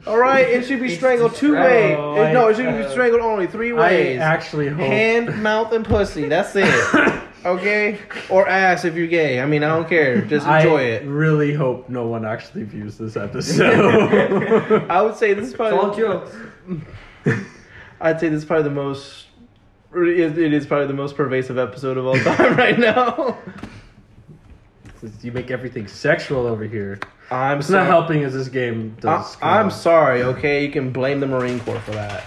Alright, it should be strangled two ways. Oh, It- No, it should I- be strangled only three ways. I actually hope. Hand, mouth, and pussy. That's it. Okay? Or ass if you're gay. I mean, I don't care. Just enjoy I it. really hope no one actually views this episode. I would say this is It's probably. all jokes. I'd say this is probably the most. It it is probably the most pervasive episode of all time right now. you make everything sexual over here. I'm It's not sorry. helping as this game does. I, am sorry. Okay, you can blame the Marine Corps for that.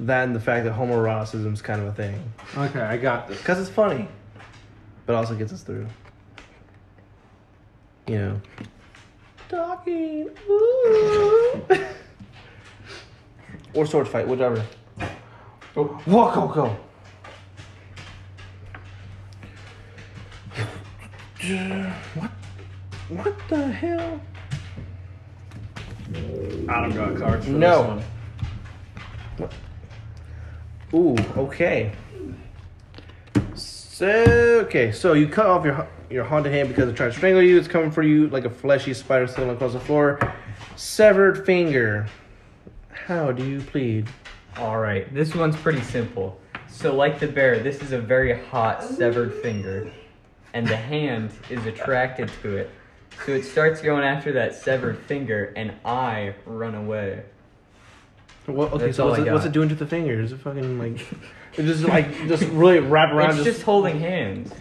that and the fact that homoeroticism is kind of a thing Okay, I got this. because it's funny, but also gets us through. You know, talking, ooh. or sword fight, whichever. Oh. Walk, go, go. What? What the hell? I don't got cards for No. this one. Ooh, okay. So okay, so you cut off your your haunted hand because it tried to strangle you. It's coming for you like a fleshy spider sailing across the floor. Severed finger. How do you plead? Alright, this one's pretty simple. So, like the bear, this is a very hot, severed finger, and the hand is attracted to it. So it starts going after that severed finger, and I run away. What, okay, That's so all what's I it, what's got. it doing to the finger? Is it fucking like? It just like just really wrap around. it's just holding hands.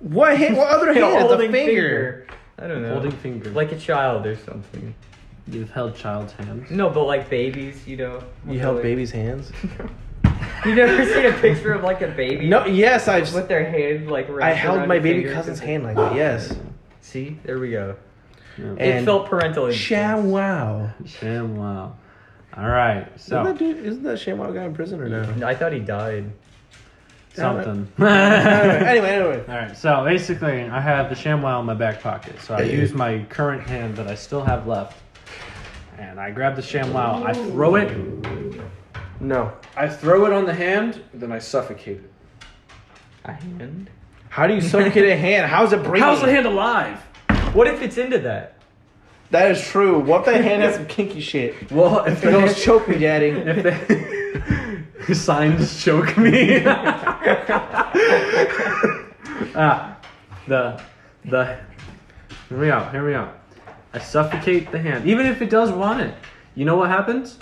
what hand? What other hand? It's a holding finger. finger. I don't know. Holding finger. like a child or something. You've held child's hands. No, but like babies, you know. You held Like- baby's hands? You never seen a picture of like a baby? No. Yes, I just With their hand like wrapped I held around my your baby finger. cousin's hand like that. Yes. See, there we go. Yeah. And it felt parental. Sham influence. wow. Damn wow. All right, Isn't so that dude? Isn't that Sham wow guy in prison or no? I thought he died. something. anyway, anyway, anyway. All right, so basically, I have the ShamWow in my back pocket, so I use my current hand that I still have left, and I grab the ShamWow, I throw it, No. I throw it on the hand, then I suffocate it. A hand? How do you suffocate a hand? How's it breathing? How's the hand alive? What if it's into that? That is true. What if the hand has some kinky shit? Well, if It goes choke me, daddy. If they signs choke me, ah, the the hear me out, hear me out. I suffocate the hand, even if it does want it. You know what happens?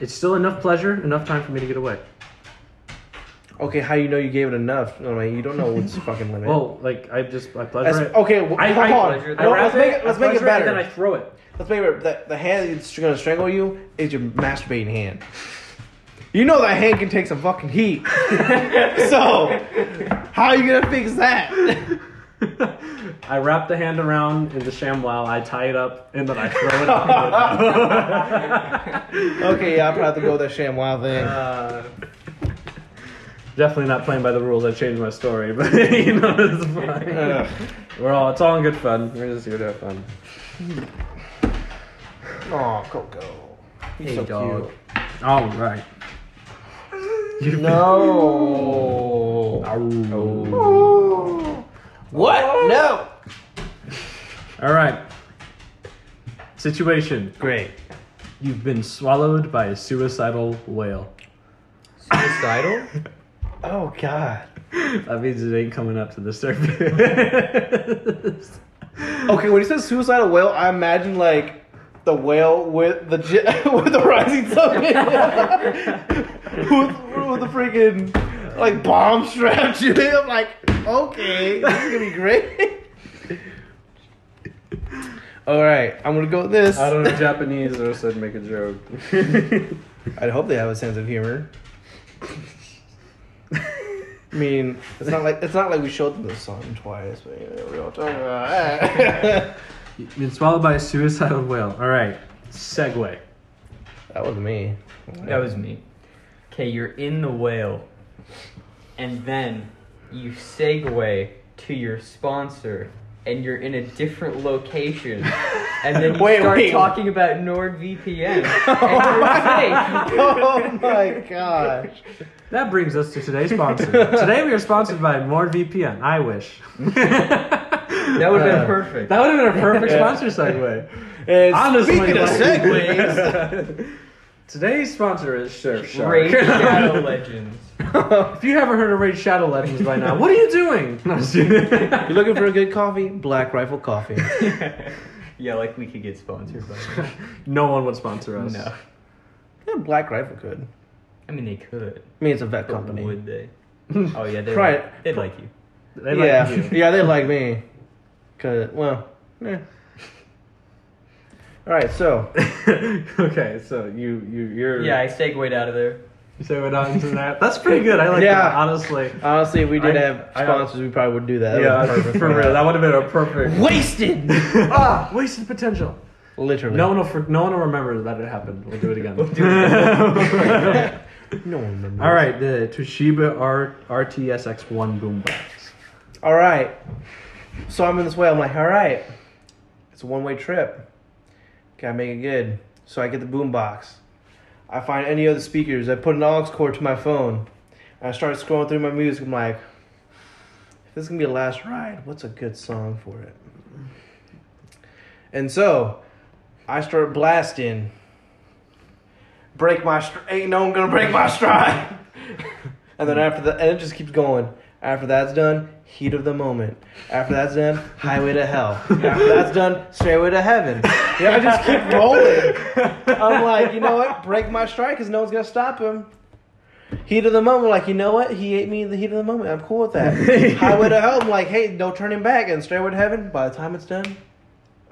It's still enough pleasure, enough time for me to get away. Okay, how you know you gave it enough? No, like, you don't know what's fucking limit. Well, like I just I pleasure That's- it. okay, well, I, hold I, on. I, pleasure No, that. wrap let's make it, let's I make pleasure it and better. then I throw it. Let's make it the, the hand that's gonna strangle you is your masturbating hand. You know that hand can take some fucking heat. so how are you gonna fix that? I wrap the hand around in the ShamWow. I tie it up, and then I throw it. out the window. Okay, yeah, I'll probably have to go with that sham wow thing. Uh, Definitely not playing by the rules. I changed my story, but you know it's fine. Ugh. We're all it's all in good fun. We're just here to have fun. oh, Coco. He's Hey, so dog. cute. All right. No. Oh. What? No. All right. Situation: Great. You've been swallowed by a suicidal whale. suicidal? Oh God. That means it ain't coming up to the surface. Okay, when he says suicidal whale, I imagine like the whale with the j- with the rising sun, with, with the freaking like bomb strapped to him. I'm like, okay, this is gonna be great. All right, I'm gonna go with this. I don't know Japanese, or said make a joke. I'd hope they have a sense of humor. I mean, it's not like it's not like we showed them this song twice, but you know, we all talking about that. You've been swallowed by a suicidal whale. All right. Segway. that was me. that was me. Okay, you're in the whale, and then you segue to your sponsor, and you're in a different location, and then you Wait, start wait. talking about NordVPN, and you're safe. oh my gosh. That brings us to today's sponsor. Today we are sponsored by NordVPN. I wish. That would have Uh, been perfect. That would have been a perfect Yeah. sponsor segue. And Honestly, speaking of like- segues, Today's sponsor is Surf Shark. Raid Shadow Legends. If you haven't heard of Raid Shadow Legends by now, what are you doing? No, I'm just kidding. you're looking for a good coffee? Black Rifle Coffee. yeah, like we could get sponsored by them. no one would sponsor us. No. Yeah, Black Rifle could. I mean, they could. I mean, it's a vet But company. Would they? Oh, yeah, they Try it. like, they'd like you. They like yeah, you. yeah, they like me. Cause well, yeah. All right, so okay, so you you you're Yeah, I segued out of there. So we're not into that. That's pretty good. I like Yeah. that, honestly. honestly, if we did I- have I- sponsors, we probably would do that. yeah That would be for real. That would have been a perfect. Wasted. ah, wasted potential. Literally. No one will. For, no one will remember that it happened. We'll do it again. do it again. No one remembers. All right, the Toshiba R- RTSX1 boombox. All right. So I'm in this way. I'm like, all right. It's a one way trip. Gotta make it good. So I get the boombox. I find any other speakers. I put an aux cord to my phone. And I start scrolling through my music. I'm like, if this is gonna be a last ride, what's a good song for it? And so I start blasting. Break my str- ain't no one gonna break my stride. and then after that, and it just keeps going. After that's done, heat of the moment. After that's done, highway to hell. After that's done, stairway to heaven. Yeah, I just keep rolling. I'm like, you know what? Break my stride because no one's gonna stop him. Heat of the moment, like you know what? He ate me in the heat of the moment. I'm cool with that. highway to hell, I'm like, hey, don't turn him back. And stairway to heaven. By the time it's done,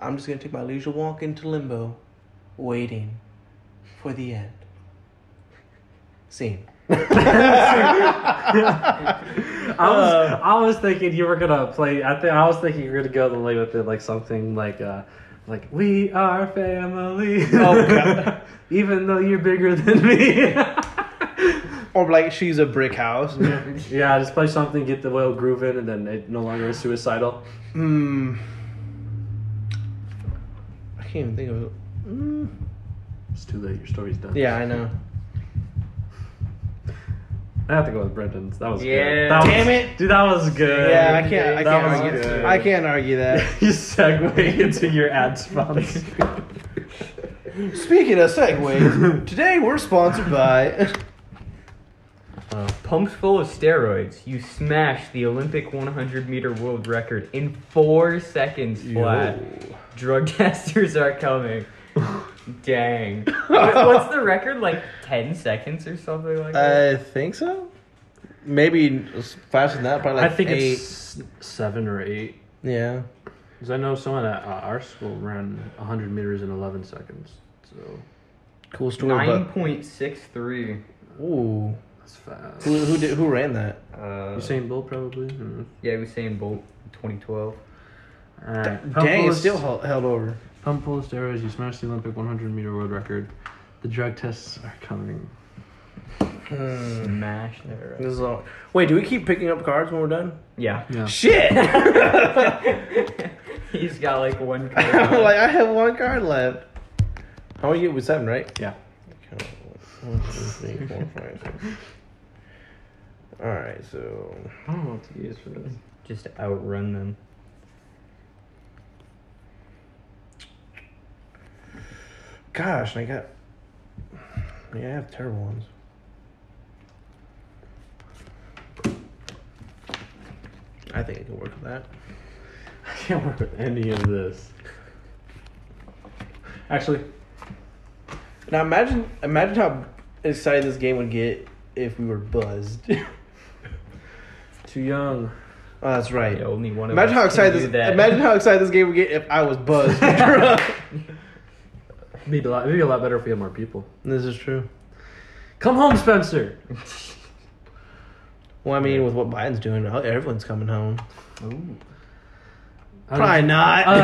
I'm just gonna take my leisure walk into limbo, waiting for the end. Scene. I was I was thinking you were gonna play. I think I was thinking you were gonna go the lay with it like something like uh like we are family. Oh, God. Even though you're bigger than me. Or like she's a brick house. Uh, yeah, just play something, get the whale grooving, and then it no longer is suicidal. Hmm. I can't even think of it. Mm. It's too late. Your story's done. Yeah, I know. I have to go with Brendan's. That was Yeah. good. That was- Damn it. dude. That was good. Yeah, I can't. I That can't. was Argue, good. I can't argue that. you segue into your ad sponsor. Speaking of segues, today we're sponsored by. Uh, pumps full of steroids. You smashed the Olympic 100 meter world record in four seconds flat. Drug testers are coming. Dang. What- What's the record? Like 10 seconds or something like that? I think so. Maybe faster than that. Probably I like think eight. it's seven or eight. Yeah. Because I know someone at uh, our school ran 100 meters in 11 seconds. So Cool story. 9.63. But ooh, that's fast. who who did who ran that? Uh, Usain Bolt, probably. Hmm. yeah, Usain Bolt, 2012. All right. Dang, full it's of- still held, held over. Pump full of steroids. You smashed the Olympic 100 meter world record. The drug tests are coming. Hmm. Smash that record. This is all. Wait, do we keep picking up cards when we're done? Yeah. Yeah. Shit! He's got like one. I'm card. like, I have one card left. How are you with seven, right? Yeah. One, two, three, four, five, six. All right, so I don't know what to use for this. Just outrun them. gosh, I got. Yeah, I have terrible ones. I think I can work with that. I can't work with any of this. Actually, Now imagine, imagine how excited this game would get if we were buzzed. too young. Oh, that's right. Yeah, only one of Imagine us how can excited do this. that. Imagine how excited this game would get if I was buzzed. Maybe a lot. Maybe a lot better if we had more people. this is true. Come home, Spencer. Well, I mean, with what Biden's doing, oh, everyone's coming home. Ooh. I don't- Probably not. Uh,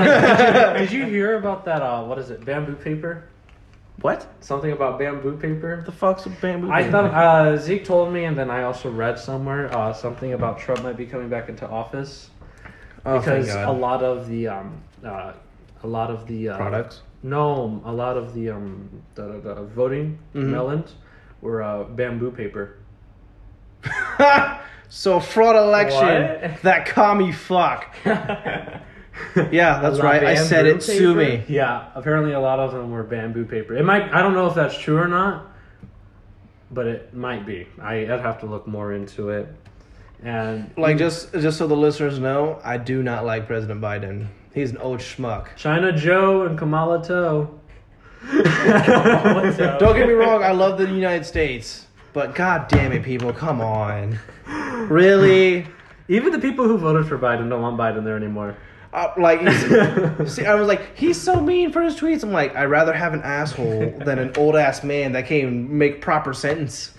did, you, did you hear about that? Uh, what is it? Bamboo paper? what Something about bamboo paper? the fuck's with bamboo? I thought uh, Zeke told me, and then I also read somewhere uh, something about Trump might be coming back into office oh, because a lot of the um, uh, a lot of the uh, products. No, a lot of the um, the, the voting Mhm. melons were uh, bamboo paper. so fraud election. What? That commie fuck. Yeah, that's right. I said it. Bamboo Sue paper? me. Yeah, apparently a lot of them were bamboo paper. It might. I don't know if that's true or not, but it might be. I, I'd have to look more into it. And Like just just so the listeners know, I do not like President Biden. He's an old schmuck. China Joe and Kamala Toe. What's up? Don't get me wrong, I love the United States, but god damn it, people, come on. Really? Even the people who voted for Biden don't want Biden there anymore. Uh, like, he's- see, I was like, he's so mean for his tweets. I'm like, I'd rather have an asshole than an old ass man that can't even make proper sentence.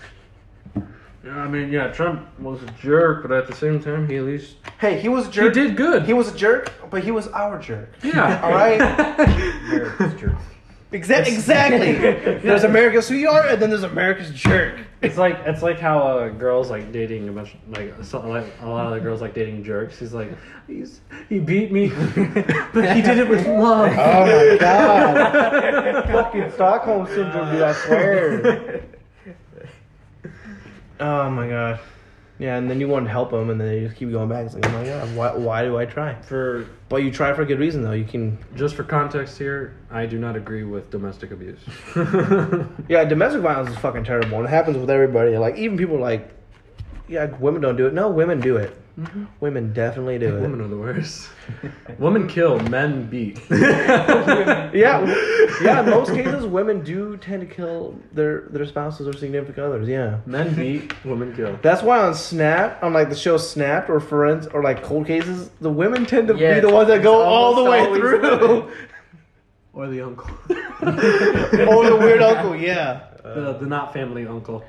Yeah, I mean, yeah, Trump was a jerk, but at the same time, he at least Hey, he was a he jerk. did good. He was a jerk, but he was our jerk. yeah, All right. America's jerk. Exa- exactly. There's America's sweetheart, and then there's America's jerk. It's like it's like how uh, girls like dating a bunch like so, like a lot of the girls like dating jerks. He's like, he's he beat me, but he did it with love. Oh my god. Fucking Stockholm syndrome, dude, I swear. oh my god. Yeah, and then you want to help them, and then you just keep going back. It's like, oh my god, why, why do I try? For But you try for a good reason, though. You can. just for context here, I do not agree with domestic abuse. Yeah, domestic violence is fucking terrible, and it happens with everybody. Like, even people like yeah, women don't do it. No, women do it. Mm-hmm. Mhm. Women definitely do it. Women are the worst. Women kill, men beat. Yeah, w- yeah. In most cases, women do tend to kill their their spouses or significant others. Yeah. Men beat, women kill. That's why on Snap, on like the show Snapped or Forens or like Cold Cases, the women tend to Yeah, be the ones that it's go all the almost way always through. women. Or the uncle. oh, the weird uncle, yeah. the, the not family uncle.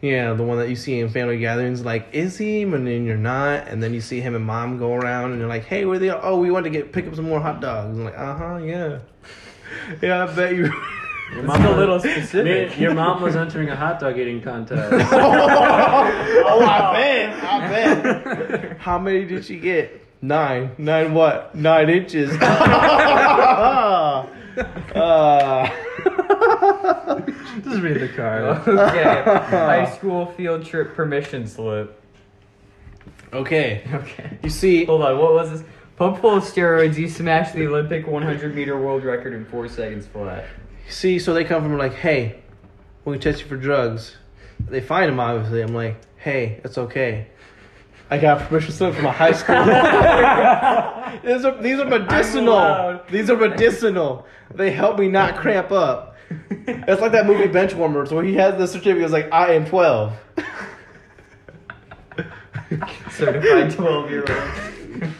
Yeah, the one that you see in family gatherings, like is he, and then you're not, and then you see him and mom go around, and you're like, hey, where they? Oh, we want to get pick up some more hot dogs. And like, uh huh, yeah, yeah, I bet you. Your It's a little Me- specific. your mom was entering a hot dog eating contest. oh, I bet, I bet. How many did she get? Nine. Nine what? Nine inches. uh, Just read the card. okay. High school field trip permission slip. okay. Okay. You see, Hold on. What was this? Pump full of steroids. You smashed the Olympic 100 meter world record in four seconds flat. see, so they come from like, hey, we test you for drugs. They find him, obviously. I'm like, hey, it's okay. I got permission slip from a high school. these are these are medicinal. allowed. These are medicinal. They help me not cramp up. It's like that movie Benchwarmers where he has the certificate. It's like I am twelve. Certified 12 year old.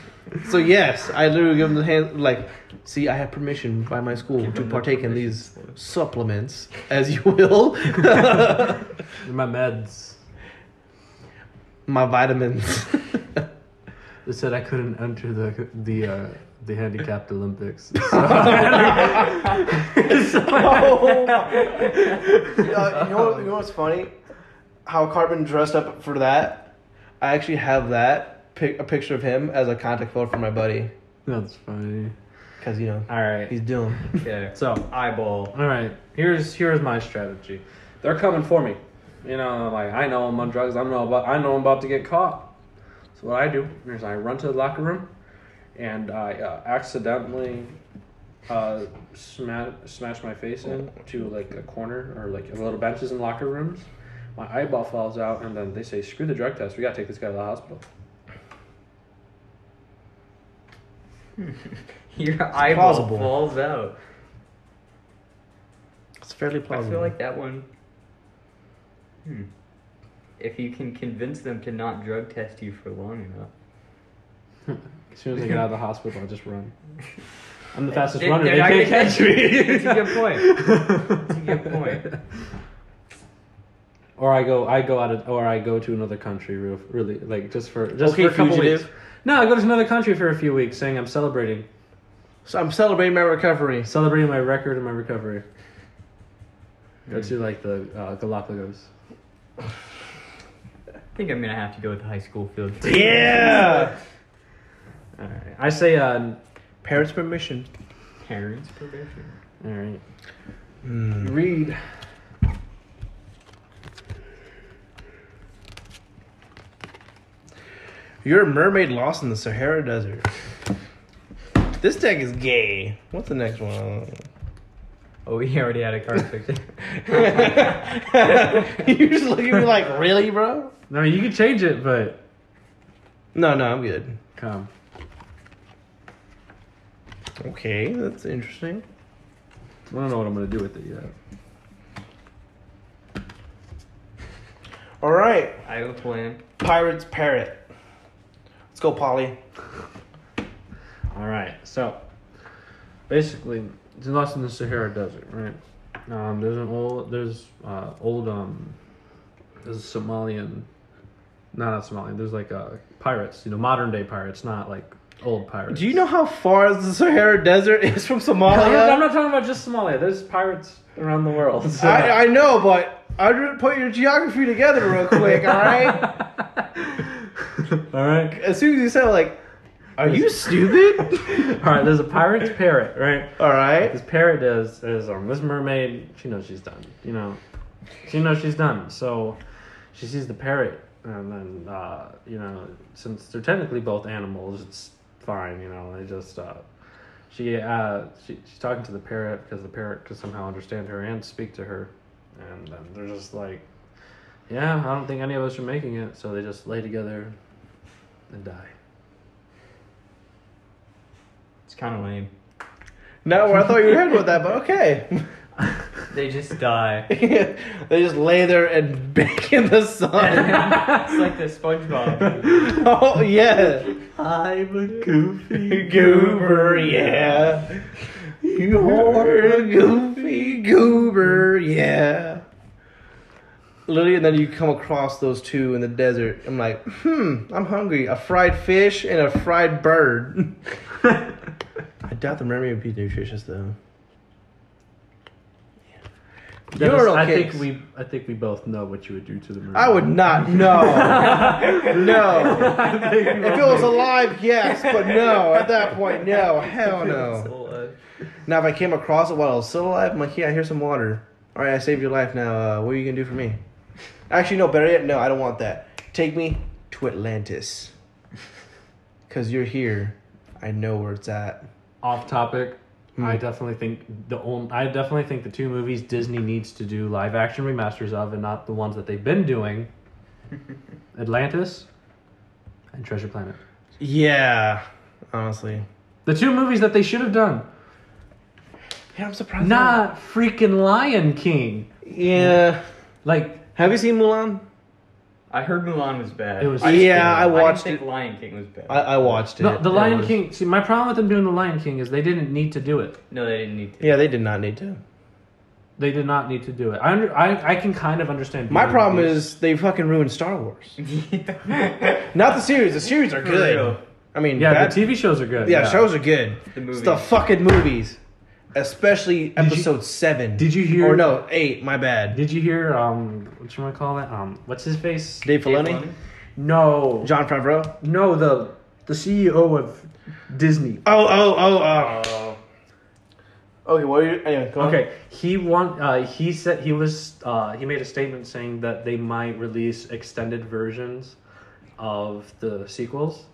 So yes, I literally give him the hand like, see, I have permission by my school to him the partake in permission these supplements, as you will, They're my meds. my vitamins. They said I couldn't enter the the uh, the handicapped Olympics. So I- oh you, know, what- you know what's funny? How Carbon dressed up for that. I actually have that pic- a picture of him as a contact photo for my buddy That's funny. because you know All right. he's doing. Okay. So Eyeball. All right, here's here's my strategy. They're coming for me. You know, like I know I'm on drugs. I know about I know I'm about to get caught. So what I do is I run to the locker room, and I uh, accidentally uh, smash smash my face in to like a corner or like little benches in locker rooms. My eyeball falls out, and then they say, "Screw the drug test. We gotta take this guy to the hospital." Your eyeball plausible. falls out. It's fairly plausible. I feel like that one. Hmm. If you can convince them to not drug test you for long enough. As soon as I get out of the hospital, I just run. I'm the fastest They- runner. they're They not can't gonna catch me. It's a good point. It's a good point. Or I go, I go out of, or I go to another country, real, really, like just for, just Okay, for a couple fugitive. weeks. No, I go to another country for a few weeks, saying I'm celebrating, so I'm celebrating my recovery. celebrating my record and my recovery. Go to like the uh, Galapagos. I think I'm gonna have to go with the high school field. Yeah. All right, I say, uh, Parents' permission. Parents permission. all right, Mm. read. You're a mermaid lost in the Sahara Desert. This deck is gay. What's the next one? Oh, we already had a card picture. you just look at me like, really, bro? No, you can change it, but No, no, I'm good. come. Okay, that's interesting. I don't know what I'm gonna do with it yet. All right, I have a plan. Pirates Parrot. Let's go, Polly. All right. So basically, it's lost in the Sahara Desert, right? Um, there's an old, there's uh, old, um, there's a Somalian, no, not Somalian. There's like uh, pirates, you know, modern day pirates, not like old pirates. Do you know how far the Sahara Desert is from I'm not, I'm Somalia? not talking about just Somalia. There's pirates around the world. so- I, I know, but I would put your geography together real quick, all right? All right. As soon as you said, like, are you stupid? All right. There's a pirate's parrot, right? all right. This parrot is is um this mermaid. She knows she's done. You know, she knows she's done. So she sees the parrot, and then uh, you know, since they're technically both animals, it's fine. You know, they just uh, she uh she, she's talking to the parrot because the parrot could somehow understand her and speak to her, and then they're just like yeah, I don't think any of us are making it, so they just lay together and die. It's kind of lame. Not where I thought you were headed with that, but okay. They just die. they just lay there and bake in the sun. it's like the SpongeBob. oh yeah, I'm a goofy goober, yeah. You're a goofy goober, yeah. Literally, and then you come across those two in the desert. I'm like, hmm, I'm hungry. A fried fish and a fried bird. I doubt the memory would be nutritious though. Yeah. Dennis, Euro I cakes. think we I think we both know what you would do to the murderer. I would not. No. no. I think we If it both was know. alive, yes, but no. At that point, no. Hell no. Now, if I came across it while I was still alive, I'm like, yeah, here's some water. All right, I saved your life. Now, uh, what are you gonna do for me? Actually, no. Better yet, no. I don't want that. Take me to Atlantis. Cause you're here. I know where it's at. off topic. Hmm. I definitely think the only, I definitely think the two movies Disney needs to do live action remasters of, and not the ones that they've been doing. Atlantis and Treasure Planet. Yeah. Honestly. The two movies that they should have done. Yeah, I'm surprised. Not freaking Lion King. Yeah. Like Have you seen Mulan? I heard Mulan was bad. It was- I, yeah, I I I watched didn't it. think Lion King was bad. I, I watched it. no, the It Lion was- King. See, my problem with them doing the Lion King is they didn't need to do it. no, they didn't need to. Yeah, they did not need to. They did not need to do it. I under, I, I can kind of understand. My doing problem these. is they fucking ruined Star Wars. Yeah. Not the series. The series are For good. real. I mean, yeah, bad- the TV shows are good. yeah, shows are good. The It's movie. the fucking movies, especially you- episode seven. did you hear- Or no, eight. My bad. Did you hear um what you want to call that um what's his face? Dave Dave Filoni, Filoni? No, John Favreau. no the the CEO of Disney. Oh, oh, oh, oh. Okay, what are you? Anyway, Oh. go Okay, he want uh, he said he was uh, he made a statement saying that they might release extended versions of the sequels,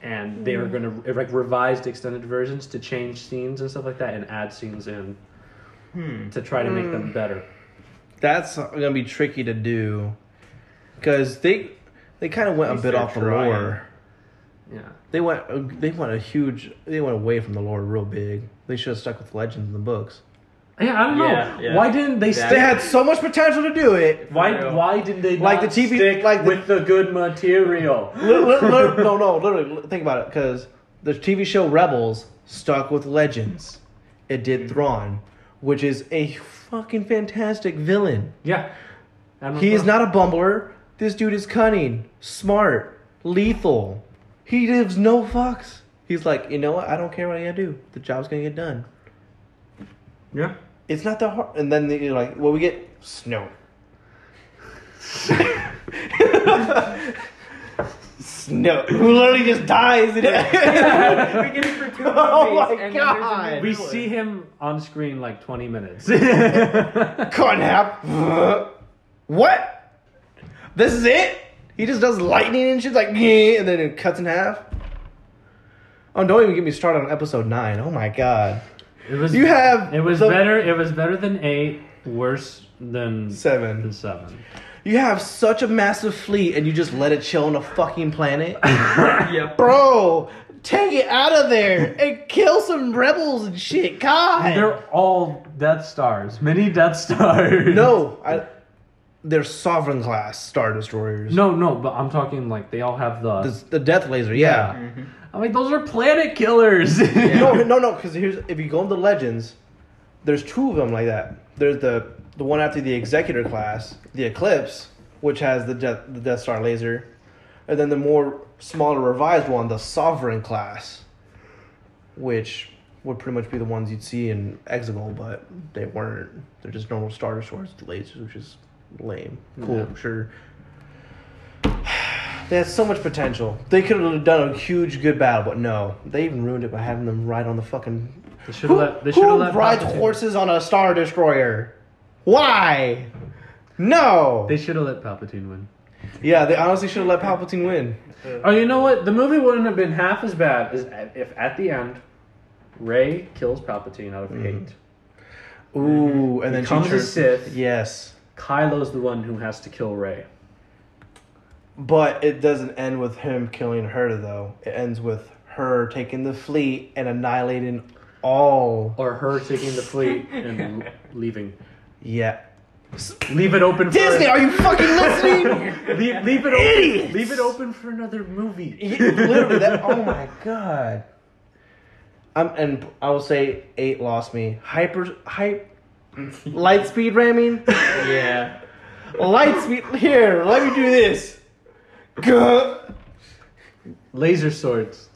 and Hmm. they are going to like revised extended versions to change scenes and stuff like that and add scenes in Hmm. to try to make them better. That's gonna be tricky to do, because they they kind of At went a least bit they're off the trying. lore. Yeah, They went they went a huge they went away from the lore real big. They should have stuck with legends in the books. yeah, I don't Yeah, know yeah. why didn't they That- They stay. had so much potential to do it. Why? Why did they Like not the TV stick like the- with the good material? Lit- lit- lit- no, no, literally li- think about it because the TV show Rebels stuck with legends. It did Thrawn, which is a fucking fantastic villain. Yeah, Admiral He is Thrawn. not a bumbler. This dude is cunning, smart, lethal. He gives no fucks. He's like, you know what? I don't care what I gotta do. The job's gonna get done. Yeah. it's not that hard. And then you're like, well, we get snow. snow. Who literally just dies. In we get it for two Oh movies, my and then there's a God. new We one. see him on screen like 20 minutes. Conhap. What? This is it? He just does lightning and shit like, "Yeah," and then it cuts in half. Oh, don't even get me started on episode nine. Oh my god. It was You have It was the- better. It was better than eight. Worse than Seven. than seven. You have such a massive fleet and you just let it chill on a fucking planet. Yeah. Bro, take it out of there and kill some rebels and shit. God. They're all Death Stars. Many Death Stars. no, I, they're sovereign class star destroyers. No, no. But I'm talking like they all have the. The, the death laser, yeah. I mean, those are planet killers. No, no, no, because here's if you go into legends, there's two of them like that. There's the the one after the executor class, the eclipse, which has the death the Death Star laser, and then the more smaller revised one, the sovereign class, which would pretty much be the ones you'd see in Exegol, but they weren't. They're just normal Star Destroyers with lasers, which is lame. Cool, sure. They had so much potential. They could have done a huge good battle, but no. They even ruined it by having them ride on the fucking. They should Who, let. They should who let. rides Palpatine- horses on a star destroyer? Why? No. They should have let Palpatine win. yeah, they honestly should have let Palpatine win. Oh, you know what? The movie wouldn't have been half as bad as if at the end, Mm-hmm. Ray kills Palpatine out of hate. Ooh, and then she Becomes a turns- Sith. Yes. Kylo's the one who has to kill Rey. But it doesn't end with him killing her, though. It ends with her taking the fleet and annihilating all. Or her taking the fleet and leaving. Yeah. Leave it open for Disney, are you fucking listening? leave, leave it Idiots! open. Leave it open for another movie. Yeah, Literally, that. Oh my god. I'm and I will say eight lost me. Hyper hype. Light speed ramming. Yeah. Light speed. Here, let me do this. Gah. Laser swords.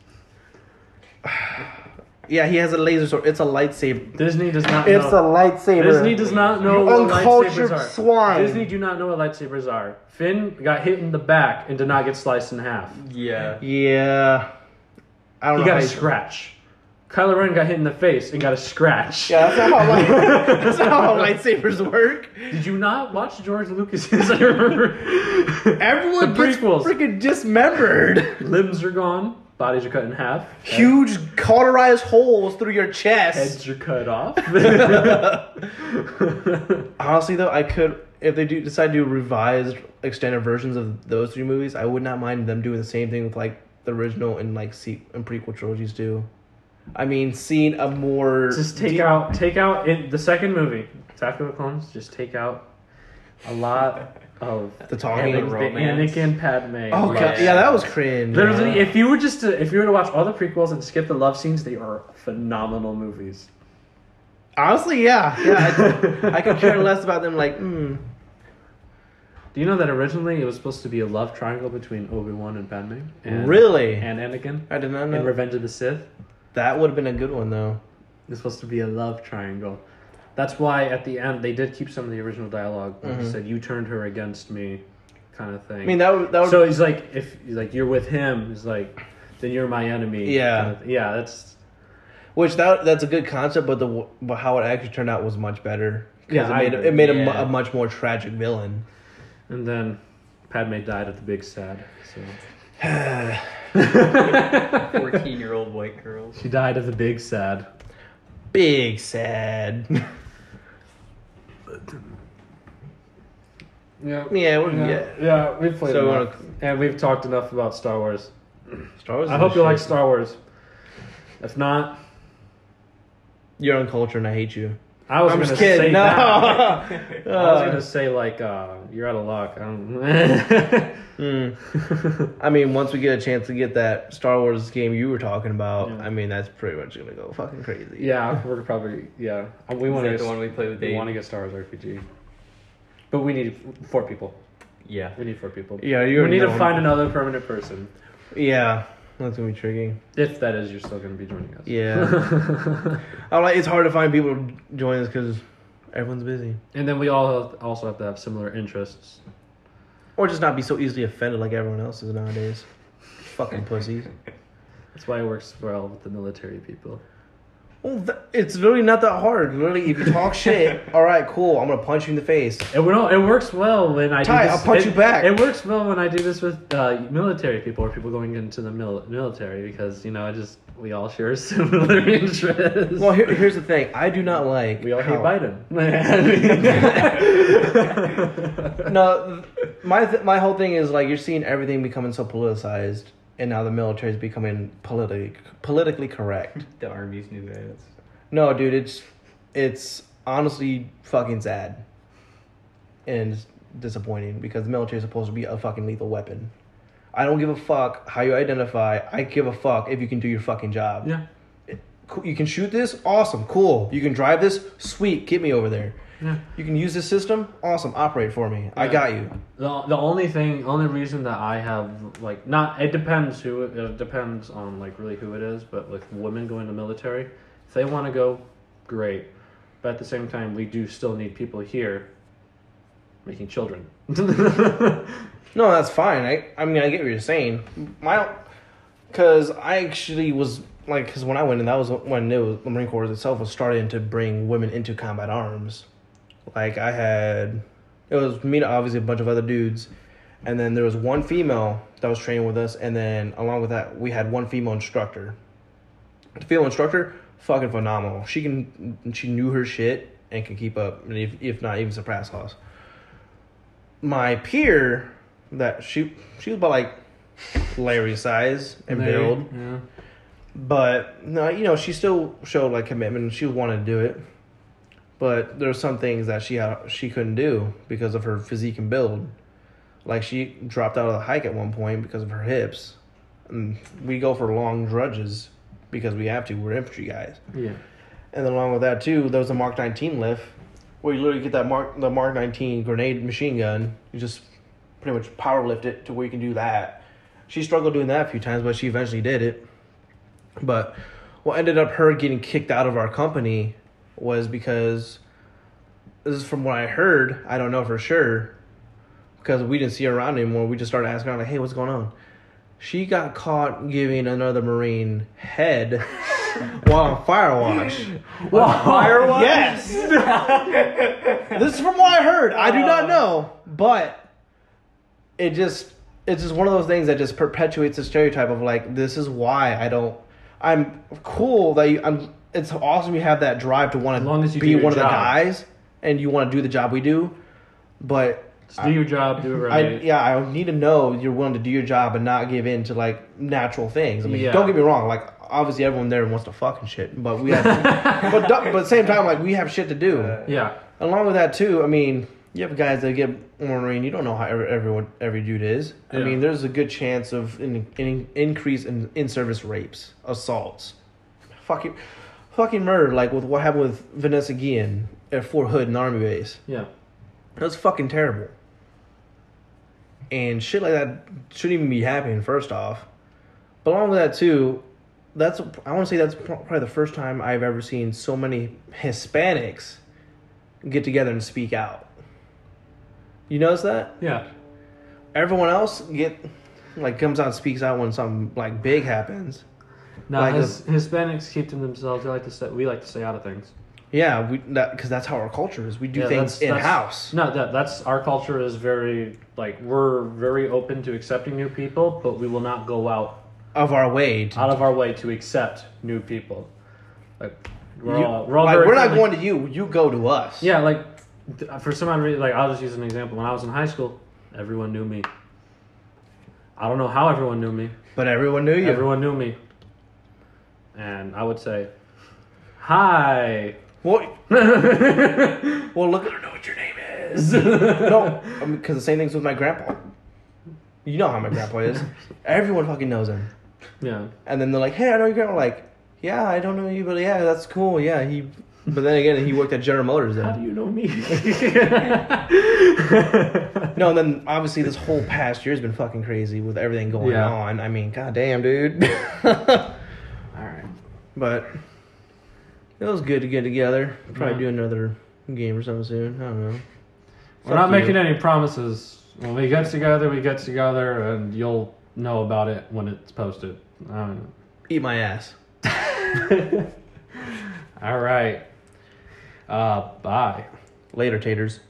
Yeah, he has a laser sword. It's a lightsaber. Disney does not It's know. a lightsaber. Disney does not know You what uncultured lightsabers are. swine. Disney do not know what lightsabers are. Finn got hit in the back and did not get sliced in half. Yeah. Yeah. I don't He know. got how a you- scratch. Kylo Ren got hit in the face and got a scratch. yeah, that's not how, light, that's not how lightsabers work. Did you not watch George Lucas's? I remember. Everyone the gets prequels. freaking dismembered. Limbs are gone. Bodies are cut in half. Huge cauterized holes through your chest. Heads are cut off. Honestly, though, I could if they do decide to do revised extended versions of those three movies, I would not mind them doing the same thing with like the original and like se- and prequel trilogies do. I mean, seeing a more just take deep- out, take out in the second movie, Attack of the Clones. Just take out a lot of the Anakin, talking. the romance. Anakin Padme. Oh love god, yeah, that was cringe. Literally, if you were just to, if you were to watch all the prequels and skip the love scenes, they are phenomenal movies. Honestly, yeah, yeah. I, I could care less about them. Like, mm, Do you know that originally it was supposed to be a love triangle between Obi Wan and Padme? And, really? And Anakin I did not in know. Revenge of the Sith. It That would have been a good one though. was supposed to be a love triangle. That's why at the end they did keep some of the original dialogue. Where He Mhm. said, "You turned her against me," kind of thing. I mean, that would that would. so he's like, if he's like you're with him, he's like, then you're my enemy. Yeah. kind of- yeah. That's which that that's a good concept, but the w- but how it actually turned out was much better. 'Cause Yeah, it I made agree. it made him Yeah. a much more tragic villain. and then Padme died at the big sad. So. Fourteen year old white girls. She died of the big sad. Big sad. Yeah. yeah, we Yeah, yeah. yeah, we've played So, enough. and we've talked enough about Star Wars. Star Wars. I is hope you like shit. Star Wars. If not, You're on culture, and I hate you. I was I'm gonna just kidding. say No. that. I was gonna Uh, say like uh, you're out of luck. I don't- mm. I mean, once we get a chance to get that Star Wars game you were talking about, Yeah. I mean, that's pretty much gonna go fucking crazy. yeah, we're probably yeah. We Is want to get that the one we played with we Dave? want to get Star Wars RPG, but we need f- four people. Yeah. We need four people. Yeah, you. We already need to know. find another permanent person. Yeah, that's gonna be tricky. If that is, you're still gonna be joining us. Yeah. I'm like, it's hard to find people to join us because everyone's busy, and then we all have, also have to have similar interests. or just not be so easily offended like everyone else is nowadays. Fucking pussies. That's why it works well with the military people. Well, th- it's really not that hard. Literally, if you talk shit, all right, cool. I'm gonna punch you in the face. It, no, it works well when I Ty, do this. I'll punch it, you back. It works well when I do this with uh, military people or people going into the mil- military because you know I just we all share similar interests. Well, here, here's the thing. I do not like. we all hate how- Biden. No, th- my th- my whole thing is like you're seeing everything becoming so politicized, and now the military is becoming politically politically correct. The army's new guidance. No, dude, it's it's honestly fucking sad and it's disappointing because the military is supposed to be a fucking lethal weapon. I don't give a fuck how you identify. I give a fuck if you can do your fucking job. yeah, Cool- You can shoot this? Awesome. Cool. You can drive this? Sweet. Get me over there. yeah. You can use this system? Awesome. Operate for me. I Yeah. got you. The, the only thing, only reason that I have like not it depends who it, it depends on like really who it is, but like women going to military, if they want to go, great. But at the same time, we do still need people here making children. No, that's fine. I, I mean, I get what you're saying. My, because I actually was like, because when I went in, that was when it was, the Marine Corps itself was starting to bring women into combat arms. Like I had, it was me and obviously a bunch of other dudes, and then there was one female that was training with us, and then along with that, we had one female instructor. The female instructor, fucking phenomenal. She can, she knew her shit and can keep up, and if if not even surpass us. my peer that she she was about like Larry size and Larry, build, Yeah. but no, you know she still showed like commitment. and She wanted to do it, but there were some things that she had, she couldn't do because of her physique and build. Like she dropped out of the hike at one point because of her hips, and we go for long drudges because we have to. We're infantry guys. Yeah. And then along with that too, there was a Mark 19 lift where you literally get that Mark the Mark 19 grenade machine gun. You just pretty much power lift it to where you can do that. She struggled doing that a few times, but she eventually did it. But what ended up her getting kicked out of our company was because this is from what I heard. I don't know for sure because we didn't see her around anymore. We just started asking her like, "Hey, what's going on?" She got caught giving another Marine head while on Firewatch. Firewatch? Yes. this is from what I heard. I do Uh, not know, but it just it's just one of those things that just perpetuates the stereotype of like this is why I don't. I'm cool that you, I'm. It's awesome you have that drive to want long as to you be do your one of the job. guys and you want to do the job we do, but Just do your job. Do it right. I yeah, I need to know you're willing to do your job and not give in to like natural things. I mean, Yeah. don't get me wrong, like obviously everyone there wants to fuck and shit, but we have, but du- but at the same time, like we have shit to do. uh, Yeah. Along with that too, I mean, you have guys that get Marine. You don't know how every, everyone every dude is. I Yeah. mean, there's a good chance of an, an increase in in service rapes, assaults, fucking fucking murder. Like with what happened with Vanessa Guillen at Fort Hood, an army base. Yeah. That's fucking terrible. And shit like that shouldn't even be happening, first off. But along with that, too, that's I want to say that's pro- probably the first time I've ever seen so many Hispanics get together and speak out. You notice that? Yeah. Everyone else get like comes out and speaks out when something like big happens. No, Like uh, His, Hispanics keep to themselves. They like to stay, we like to stay out of things. Yeah, we that because that's how our culture is. We do Yeah, things that's- in that's- house. No, that, that's our culture is very like we're very open to accepting new people, but we will not go out of our way. To, out of our way to accept new people. Like we're you- all we're all like, very we're not friendly. going to you. You go to us. Yeah, like th- for some odd reason, like I'll just use an example. When I was in high school, everyone knew me. I don't know how everyone knew me. But everyone knew you. Everyone knew me, and I would say, "Hi." Well, I well, look. don't know what your name is. No, because the same thing's with my grandpa. You know how my grandpa is. Everyone fucking knows him. Yeah. And then they're like, "Hey, I know your grandpa." Like, yeah, I don't know you, but yeah, that's cool. Yeah, he. But then again, he worked at General Motors. How do Then. you know me? No, and then obviously this whole past year's been fucking crazy with everything going Yeah. on. I mean, goddamn, dude. All right. but it was good to get together. Probably Yeah. do another game or something soon. I don't know. We're not Fuck you. making any promises. When we get together, we get together, and you'll know about it when it's posted. I don't know. Eat my ass. All right. Uh, bye. Later, taters.